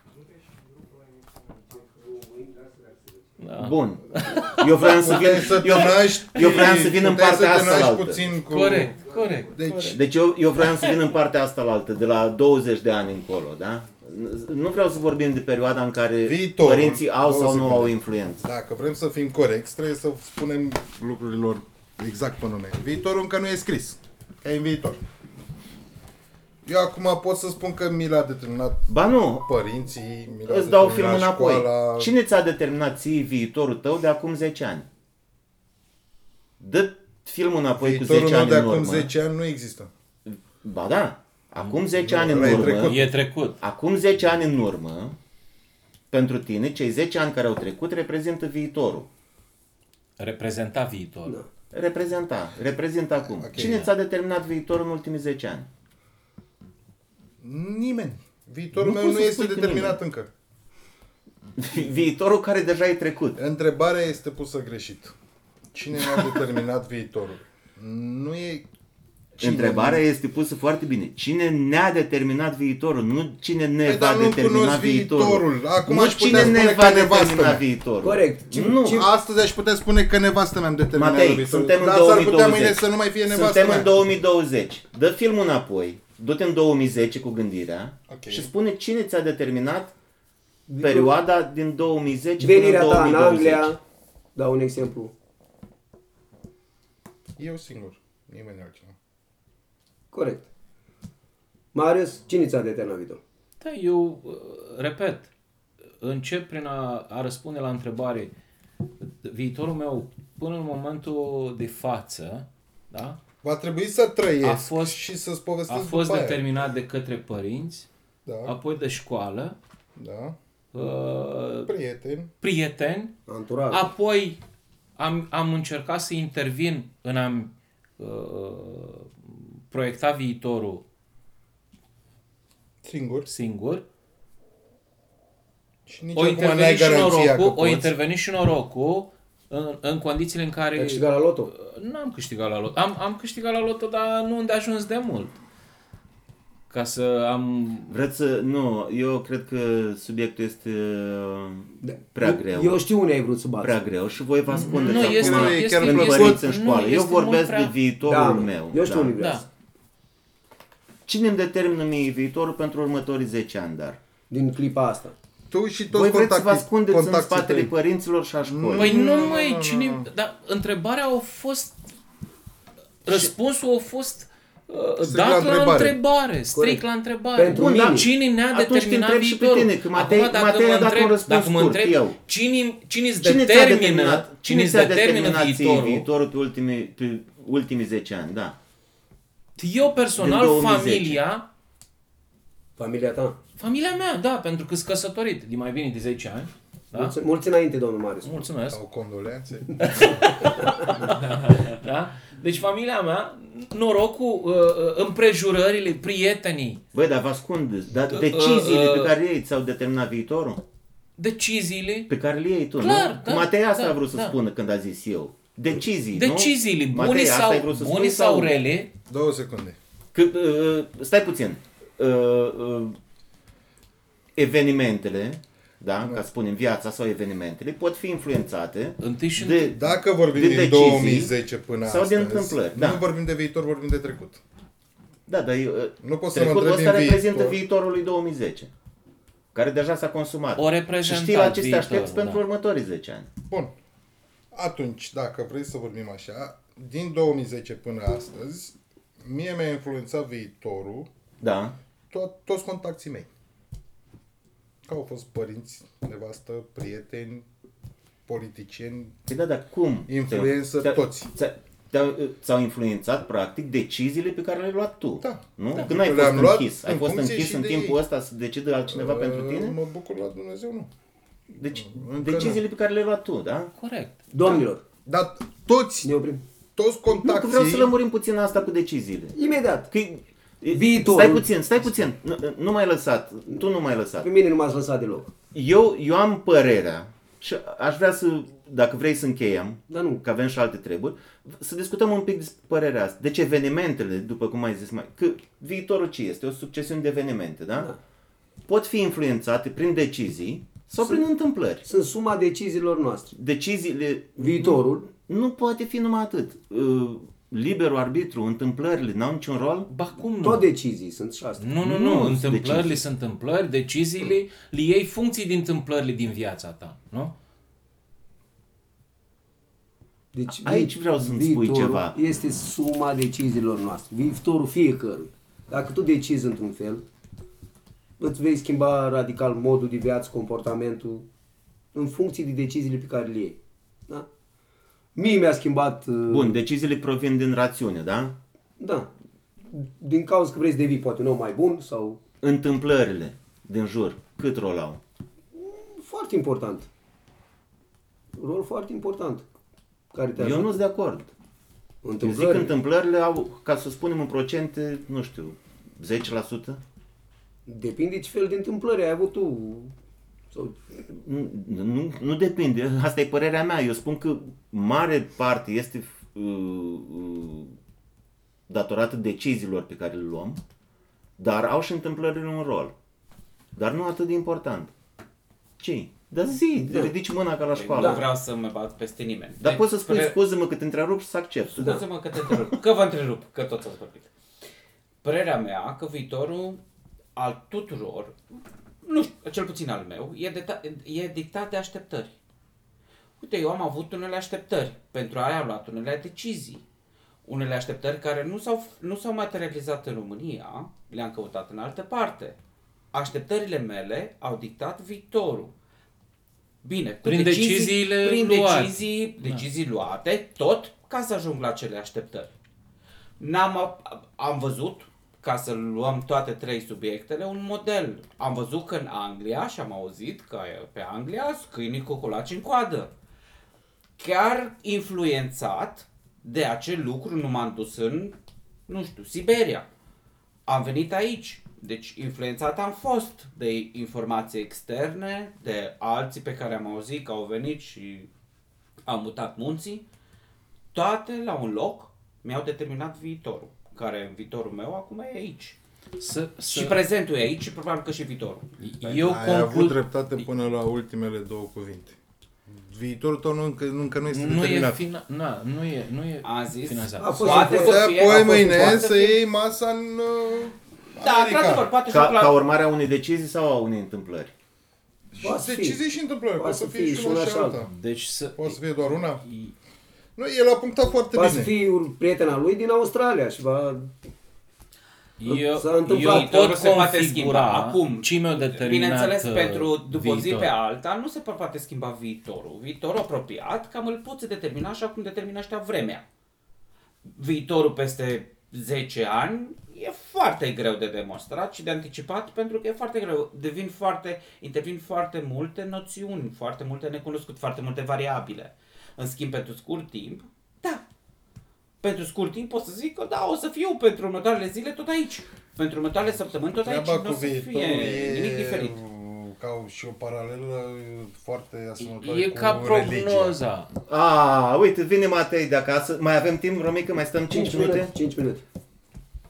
D: <laughs>
B: Bun. Eu vreau să vin,
C: Puteai să te
B: eu,
C: naști,
B: eu vreau să vin în
C: puteai
B: partea
C: să te
B: asta la
C: naști
B: altă.
C: puțin cu...
D: Corect, corect.
C: Deci,
B: Deci eu, eu vreau să vin în partea asta la altă, de la 20 de ani încolo, da? Nu vreau să vorbim de perioada în care
C: Viitorul.
B: părinții au
C: Două
B: sau nu
C: secunde.
B: au influență.
C: Dacă vrem să fim corecți, trebuie să spunem lucrurilor exact pe nume. Viitorul încă nu e scris. Că e în viitor. Eu acum pot să spun că mi l-a determinat
B: Ba nu,
C: părinții, mi l-a
B: îți dau
C: determinat
B: filmul înapoi.
C: școala.
B: Cine ți-a determinat ție viitorul tău de acum 10 ani? Dă filmul înapoi cu
C: Viitorul
B: 10
C: meu
B: ani
C: de
B: în
C: acum
B: urmă.
C: 10 ani nu există.
B: Ba da, acum 10 ani în
C: ăla e
B: urmă.
C: trecut.
D: E trecut.
B: Acum 10 ani în urmă, pentru tine, cei 10 ani care au trecut reprezintă viitorul.
D: Reprezenta viitorul. Da.
B: Reprezenta, reprezintă acum. Okay,
C: da.
B: Cine ți-a determinat viitorul în ultimii 10 ani? <laughs>
C: Nimeni. Viitorul
B: Nu
C: meu
B: poți
C: nu
B: să
C: este
B: spui că
C: determinat
B: nimeni.
C: încă.
B: Viitorul care deja e trecut.
C: Întrebarea este pusă greșit. Cine mi-a determinat <laughs> viitorul? Nu e...
B: Cine Întrebarea este pusă foarte bine. Cine ne-a determinat viitorul, nu cine ne
C: Păi,
B: va
C: dar nu
B: determina
C: cunosc viitorul. Acum
B: nu
C: aș putea
B: cine
C: spune
B: ne
C: că
B: va
C: nevastă
B: determina
C: mea.
B: viitorul.
A: Corect. Ce-
B: Nu.
A: ce-
C: Astăzi aș putea spune că nevastă mi-am determinat
B: Matei,
C: viitorul.
B: suntem în
C: Dar s-ar
B: 2020.
C: putea mâine să nu mai fie nevastă
B: Suntem
C: mea.
B: în 2020. Dă filmul înapoi. Du-te în 2010 cu gândirea
C: Ok.
B: și spune cine ți-a determinat perioada din 2010
A: Venirea
B: până
A: ta
B: în
A: în
B: 2020.
A: Anglia, dau un exemplu.
C: Eu singur. Nimeni altcineva.
A: Corect. Marius, cine ți-a determinat viitorul?
D: Da, eu uh, repet, încep prin a, a răspunde la întrebare. Viitorul meu, până în momentul de față, da,
C: Va trebui să trăiesc
D: A fost-
C: și să-ți
D: a
C: povestesc
D: fost
C: după
D: determinat de către părinți,
C: Aia. Da,
D: apoi de școală,
C: da.
D: uh,
C: Prieteni.
D: prieteni,
A: Anturaj.
D: Ah, apoi am, am încercat să intervin în a-mi uh, proiecta viitorul
C: Singur.
D: singur,
C: Și nici
D: o
C: acum n-ai
D: interveni și
C: garanția că
D: norocul, o
C: poți.
D: interveni și norocul în, în condițiile în care...
A: Ai câștigat la loto?
D: N-am câștigat la loto. Am, am câștigat la loto, dar nu unde ajuns de mult. Ca să am...
B: Vreți să... Nu, eu cred că subiectul este uh,
D: da.
B: prea
A: Eu-
B: greu.
A: Eu știu unde ai vrut să bați.
B: prea greu și voi vă ascundeți
D: Nu,
B: acum
D: este,
C: e
D: este,
C: chiar
B: când
D: este,
B: părinți în
D: nu,
B: școală. Eu
D: este
B: vorbesc
D: mult
B: de viitorul
A: Da,
B: meu.
A: eu știu
B: da.
A: unde vrei.
D: Da.
B: Cine îmi determină mie viitorul pentru următorii 10 ani, dar?
A: Din clipa asta.
C: Tu și toți
B: Voi vreți să vă
C: contactii-
B: ascundeți în
C: contactii
B: spatele
C: tăi.
B: părinților și a școlii.
D: Păi nu, măi, cine... Dar întrebarea a fost... Răspunsul a fost uh,
C: Strict la
D: dat la
C: întrebare.
D: întrebare, strict
A: Corect.
D: la întrebare.
A: Pentru
D: Bun,
A: mine.
D: dar cine ne-a
B: Atunci te
D: determinat
B: întreb și pe
D: viitorul?
B: tine, că Matei-
D: Acum, dacă
B: Matei
D: mă
B: a dat un
D: întreb-
B: răspuns
D: dacă mă
B: scurt,
D: întreb,
B: eu.
D: Cine, cine-ți
B: Cine ți-a
D: determină,
B: determinat,
D: cine-ți
B: ți-a
D: determină
B: determinat ție
D: viitorul?
B: viitorul pe ultimii, pe ultimii 10 ani, da.
D: Eu
B: Din
D: personal,
B: 2010.
D: familia,
A: Familia ta.
D: familia mea, da, pentru că sunt căsătorit de mai bine de 10 ani. Da?
A: Mulți, mulți înainte, domnul Marius.
D: Mulțumesc.
C: Sau condoleanțe.
D: Da? Deci familia mea, norocul, uh, uh, împrejurările, prietenii,
B: Băi, dar vă ascundeți, dar deciziile
D: uh,
B: pe care le iei ți-au determinat viitorul?
D: deciziile,
B: Pe care le iei tu,
D: Clar,
B: nu?
D: da,
B: Matei asta
D: da,
B: a vrut să
D: da.
B: spună când a zis eu. Decizii,
D: deciziile,
B: nu?
D: bune
B: asta ai
D: sau,
B: vrut să
D: bune
B: spui
D: sau rele,
C: Două secunde.
B: Că, uh, stai puțin. Uh, uh, evenimentele, da, ca să spunem viața sau evenimentele, pot fi influențate
D: întâi și
B: de,
C: Dacă vorbim
B: de
C: din
B: decizii
C: 2010 până
B: sau de
C: astăzi,
B: întâmplări,
C: nu
B: da.
C: vorbim de viitor, vorbim de trecut.
B: Da, dar eu,
C: Nu pot să mă
B: trecutul
C: întreb
B: ăsta
C: din
B: reprezintă
C: viitor.
B: viitorul lui 2010, care deja s-a consumat.
D: O reprezentat
B: Și știi la ce te
D: viitorul,
B: aștepți
D: da.
B: pentru următorii 10 ani.
C: Bun. Atunci, dacă vrei să vorbim așa, din 2010 până astăzi, mie mi-a influențat viitorul
B: Da,
C: tot, toți contacții mei. Că au fost părinți, nevastă, prieteni, politicieni.
B: Păi da, dar cum?
C: Influență
B: Te-au-
C: toți.
B: ți-a- te-au- Ți-au influențat, practic, deciziile pe care le-ai luat tu.
C: Da.
B: Nu?
C: Da.
B: Când ai
C: Le-am
B: fost
C: luat
B: închis? Ai
C: în
B: fost
C: funcție
B: închis
C: și
B: în
C: de
B: timpul
C: ei.
B: ăsta să decide altcineva
C: Uh,
B: pentru tine?
C: Mă bucur la Dumnezeu, nu.
B: Deci, deciziile pe care le-ai luat tu, da?
D: corect.
A: Domnilor,
C: Dar toți,
A: ne oprim.
C: toți
B: Nu, că vreau să
C: contacții...
B: lămurim puțin asta cu deciziile.
A: Imediat.
B: Că,
A: Viitorul.
B: Stai puțin, stai puțin. Nu, nu m-ai lăsat. Tu nu m-ai lăsat.
A: Pe mine nu m-ați lăsat deloc.
B: Eu, eu am părerea și aș vrea să, dacă vrei să încheiem,
A: Dar Da, nu.
B: că avem și alte treburi, să discutăm un pic despre părerea asta. Deci evenimentele, după cum ai zis mai, că viitorul ce este? O succesiune de evenimente, da? da. Pot fi influențate prin decizii sau prin întâmplări.
A: Sunt suma deciziilor noastre.
B: Deciziile
A: Viitorul,
B: nu poate fi numai atât. Uh, Liberul arbitru, întâmplările n-au niciun rol?
D: Ba cum nu?
A: tot decizii sunt și astea.
D: Nu,
B: Nu, deci-
D: nu, nu.
B: sunt
D: Întâmplările
B: decizii.
D: sunt întâmplări, deciziile, le iei funcții din întâmplările din viața ta, nu?
A: Deci,
B: Aici vreau să-mi spui
A: viitorul
B: ceva.
A: Este suma deciziilor noastre. Viitorul fiecărui. Dacă tu decizi într-un fel, îți vei schimba radical modul de viață, comportamentul, în funcție de deciziile pe care le iei. Da? Mie mi-a schimbat... uh,
B: Bun, deciziile provin din rațiune, da?
A: Da. Din cauza că vrei să devii poate un om mai bun sau
B: Întâmplările din jur, cât rol au?
A: foarte important. Rol foarte important. Care te
B: Eu
A: ajută.
B: nu sunt de acord. Eu zic
A: Întâmplări.
B: că întâmplările au, ca să spunem în procente, nu știu, 10%?
A: Depinde ce fel de întâmplări ai avut tu. Sau...
B: Nu, nu, nu depinde, asta e părerea mea. Eu spun că mare parte este uh, uh, datorată deciziilor pe care le luăm, dar au și întâmplările un rol. Dar nu atât de important. Ce? Dar zi,
A: Da.
B: ridici mâna ca la
E: Da.
B: școală.
E: Nu vreau să mă bat peste nimeni.
B: Dar
E: Deci,
B: poți să spui da.
E: păre-
B: scuză-mă că te întrerup și să accept.
E: Scuze-mă că te întrerup, că vă întrerup, că tot ați vorbit. Părerea mea că viitorul al tuturor, nu știu, cel puțin al meu, e, deta- e dictat de așteptări. Uite, eu am avut unele așteptări, pentru aia am luat unele decizii. Unele așteptări care nu s-au, nu s-au materializat în România, le-am căutat în altă parte. Așteptările mele au dictat viitorul. Bine, cu
D: Prin
E: decizii-
D: deciziile
E: prin
D: luate. Da.
E: decizii, decizii luate, tot ca să ajung la cele așteptări. N-am, a- am văzut, ca să luăm toate trei subiectele, un model. Am văzut că în Anglia, și am auzit că e- pe Anglia, câinii cu colaci în coadă. Chiar influențat de acel lucru, nu m-am dus în, nu știu, Siberia. Am venit aici. Deci influențat am fost de informații externe, de alții pe care am auzit că au venit și au mutat munții. Toate la un loc mi-au determinat viitorul, care în viitorul meu acum e aici.
D: Să, să...
E: Și prezentul e aici și probabil că și viitorul.
D: eu
C: Ai avut
D: conclu...
C: dreptate până la ultimele două cuvinte. Viitorul tău nu, încă, nu- încă nu este
D: Nu e,
C: determinat.
D: fina... Na, nu e, nu e
E: Am zis.
D: finanțat.
A: A fost
E: Poate
A: un
E: să
C: Putea
E: fie-
C: poi
E: a fost-
C: mâine
E: poate
C: să
E: fie-
C: iei masa în uh,
E: Da,
C: America.
E: într-adevăr, poate și
B: Ca,
E: la...
B: ca urmare a unei decizii sau a unei întâmplări?
C: Și
A: Poate fi.
C: decizii și întâmplări.
A: Poate
C: Poate să fie și una și alta.
D: Deci să...
C: Poate să fie doar una. Nu, el a punctat foarte
A: Poate să
C: bine.
A: fii un prieten al lui din Australia și va...
D: Eu,
A: S-a întâmplat.
D: eu pot
E: Viitorul se poate
D: configura
E: schimba. Acum,
D: acum. Cine mi-a determinat
E: Bineînțeles,
D: uh,
E: pentru după o zi
D: viitor.
E: pe alta nu se poate schimba viitorul. Viitorul apropiat, cam îl poți determina așa cum determină ăștia vremea. Viitorul peste 10 ani e foarte greu de demonstrat și de anticipat pentru că e foarte greu. Devin foarte, intervin foarte multe noțiuni, foarte multe necunoscute, foarte multe variabile. În schimb, pentru scurt timp, da, pentru scurt timp pot să zic că da, o să fiu pentru următoarele zile tot aici. Pentru următoarele săptămâni tot aici.
C: Treaba
E: Nu
C: cu
E: o să
C: viitorul
E: fie nimic diferit.
C: ca și o paralelă foarte asemănătoare
D: E
C: cu
D: ca
C: religia.
D: prognoza.
B: A, Ah, uite, vine Matei de acasă. Mai avem timp, Romică? Mai stăm 5 minute?
A: 5 minute.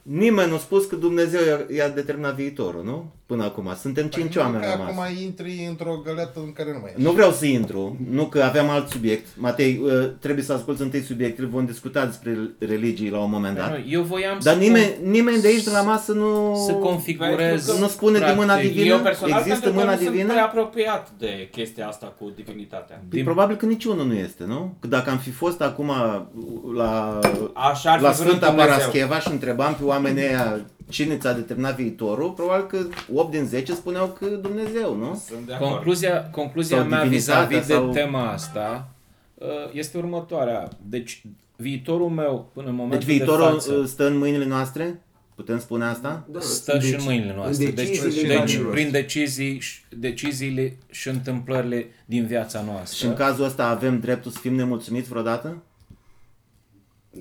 B: Nimeni nu a spus că Dumnezeu i-a- i-a determinat viitorul, nu? Până acum. Suntem
C: Păi
B: 5
C: nu,
B: oameni
C: că
B: rămas.
C: Acum intri într-o găleată în care nu mai ești.
B: Nu vreau să intru, nu că aveam alt subiect. Matei, uh, trebuie să asculti întâi subiectul, vom discuta despre religii la un moment
E: Păi
B: dat.
D: Nu, Eu voiam
B: Da? Dar
D: să...
B: nimeni, nimeni de aici de la masă nu...
D: să configurez.
B: Nu spune de mâna
D: practic,
B: divină?
E: Eu personal
B: Există
E: pentru
B: mâna
E: că nu
B: divină?
E: sunt prea apropiat de chestia asta cu divinitatea.
B: Păi Probabil că niciunul nu este, nu? Că dacă am fi fost acum la,
E: Așa ar fi
B: la
E: vrut
B: Sfânta
E: Dumnezeu.
B: Parascheva și întrebam pe oamenii aia cine ți-a determinat viitorul, probabil că 8 din 10 spuneau că Dumnezeu, nu?
E: Sunt de acord.
D: Concluzia, concluzia
B: Sau
D: mea
B: divinitatea
D: vis-a-vis
B: sau-
D: de tema asta uh, este următoarea. Deci, viitorul meu până în
B: Deci
D: momentul de
B: viitorul
D: față...
B: uh, stă în mâinile noastre? Putem spune asta?
A: Da.
D: stă și
B: deci
D: în mâinile noastre.
A: În
D: Deci,
A: deciziile
D: deci,
A: noastre.
D: prin decizii, și- deciziile și întâmplările din viața noastră.
B: Și în cazul ăsta avem dreptul să fim nemulțumiți vreodată?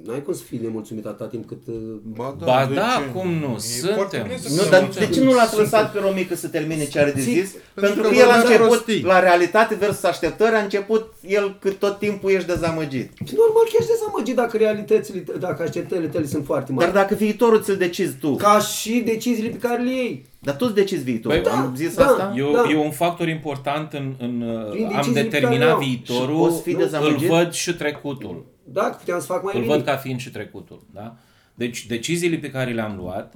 A: N-ai cum să fii nemulțumit atâta timp cât... uh,
C: da,
D: Ba
C: de
D: da,
C: ce
D: cum nu?
C: E
D: Suntem.
C: foarte bine să
B: Nu,
C: fim
B: dar de
C: mulțumiți.
B: ce nu l-ați lăsat pe Romică să termine ce are de zis? Pentru
C: pentru
B: că
C: că
B: el a
C: vorbea
B: început
C: prostii.
B: la realitate versus așteptări, a început el că tot timpul ești dezamăgit.
A: Normal că ești dezamăgit dacă realitățile, dacă așteptările tale sunt foarte
B: Dar
A: mari.
B: dacă viitorul ți-l decizi tu,
C: da-
A: Ca și deciziile pe care le iei.
B: Dar tu îți decizi viitorul.
D: Băi,
B: Am
A: da,
B: zis
A: da.
B: asta?
D: Eu,
A: Da.
D: da. E un factor important în, în uh,
A: Prin
D: am
A: deciziile pe care
D: determinat
A: le-am.
B: Și
D: viitorul,
B: poți fi
D: îl- îl
B: dezamăgit?
D: văd și trecutul.
A: Da, că puteam să fac mai
D: Îl
A: bine.
D: văd ca fiind și trecutul. Da? Deci deciziile pe care le-am luat,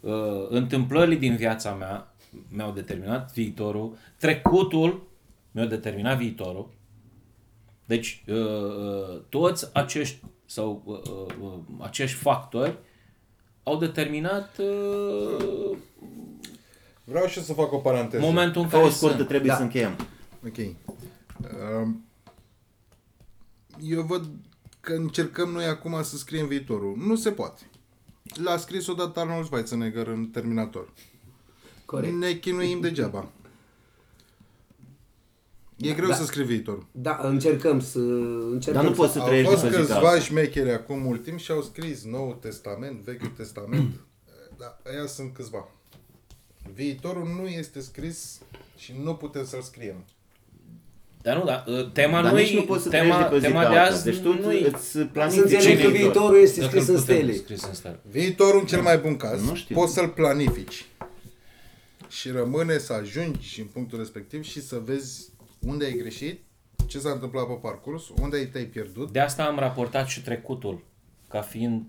D: uh, întâmplările din viața mea mi-au determinat viitorul, trecutul mi-a determinat viitorul. Deci uh, uh, toți acești sau uh, uh, uh, acești factori au determinat uh,
C: Vreau și eu să fac o paranteză.
D: momentul în
B: Deci, Ca o
D: care
B: scurtă
D: sunt.
B: trebuie
A: Da.
B: să încheiem.
C: Ok. Um, Eu văd că încercăm noi acum să scriem viitorul. Nu se poate. L-a scris odată Arnold Schwarzenegger în Terminator.
A: Corect.
C: Ne chinuim degeaba. E greu
A: da.
C: să scrii viitorul.
A: Da, încercăm să... Încercăm
B: Dar nu poți
A: să...
B: să
C: Au
B: trăiești
C: fost
B: după zica
C: câțiva
B: asta.
C: șmecheri acum mult timp și au scris Nou Testament, Vechiul Testament. <clears throat> da, aia sunt câțiva. Viitorul nu este scris și nu putem să-l scriem.
D: Dar nu, da, uh, tema
B: Dar
D: nu
B: nici nu
D: e,
B: poți să trăiești
D: tema,
B: după
D: tema
B: zica
D: de
B: asta.
D: azi
B: Deci tu Deci
D: nu e.
B: îți
A: Să înțelegem
B: planifici
A: că
B: viitor.
A: viitorul este
D: Dacă
A: scris
D: îl
A: în
D: putem
A: stele.
D: Scris în stele.
C: Viitorul în cel mai bun caz,
B: Nu știu.
C: poți să-l planifici și rămâne să ajungi în punctul respectiv și să vezi unde ai greșit, ce s-a întâmplat pe parcurs, unde ai te-ai pierdut.
D: De asta am raportat și trecutul ca fiind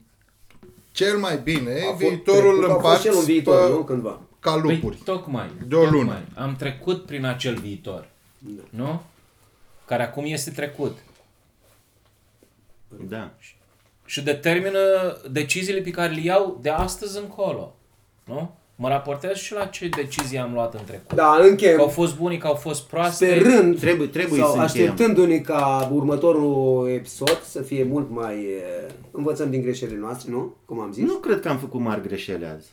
C: Cel mai bine,
A: A fost-
C: viitorul
A: trecut, A fost
C: împarți
A: și el un viitor, nu?
C: pe
A: Cândva.
C: calupuri.
D: Păi, tocmai.
C: De o
D: tocmai.
C: lună.
D: Am trecut prin acel viitor. Nu? Care acum este trecut.
B: Da.
D: Și determină deciziile pe care le iau de astăzi încolo. Nu? Mă raportez și la ce decizii am luat în trecut.
A: Da,
D: Că au
A: încheiem.
D: fost bune, că au fost proaste.
A: Sperând
B: Trebuie- trebuie
A: sau
B: să încheiem.
A: așteptându-ne ca următorul episod să fie mult mai... e, Învățăm din greșelile noastre, nu? Cum am zis?
B: Nu cred că am făcut mari greșeli azi.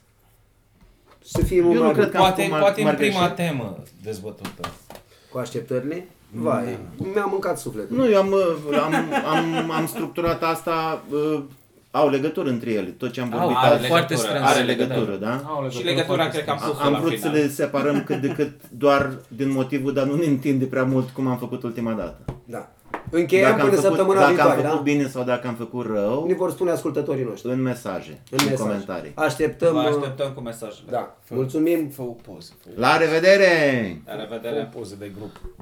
A: Să fie mult
B: Eu nu
A: mai
B: cred
A: bun.
B: că am
D: Poate,
B: făcut mar-
D: poate în
B: mari
D: prima
B: greșeli.
D: temă dezbătută.
A: Cu așteptările? Vai, mi-a mâncat sufletul.
B: Nu, eu am, uh, am, am, am structurat asta, uh, au legătură între ele, tot ce am vorbit
E: are
B: azi.
E: legătură,
D: foarte strâns.
B: Are legătură, da?
D: Au
E: Și legătura
D: foarte
E: cred că am pus
B: Am
E: la
B: vrut să
E: final.
B: le separăm cât de cât doar din motivul, dar nu ne întinde prea mult cum am făcut ultima dată.
A: Da. Încheiem până săptămâna
B: dacă am
A: viitoare,
B: făcut
A: da?
B: bine sau dacă am făcut
A: Ne
B: rău,
A: vor spune ascultătorii noștri.
B: în mesaje, în,
A: mesaj.
B: comentarii.
A: Așteptăm.
E: Vă
A: uh,
E: așteptăm cu
B: Da.
E: mesajele.
A: Da. Mulțumim.
D: Fă o poză. Fă
B: La revedere!
E: La revedere.
D: o poză de grup.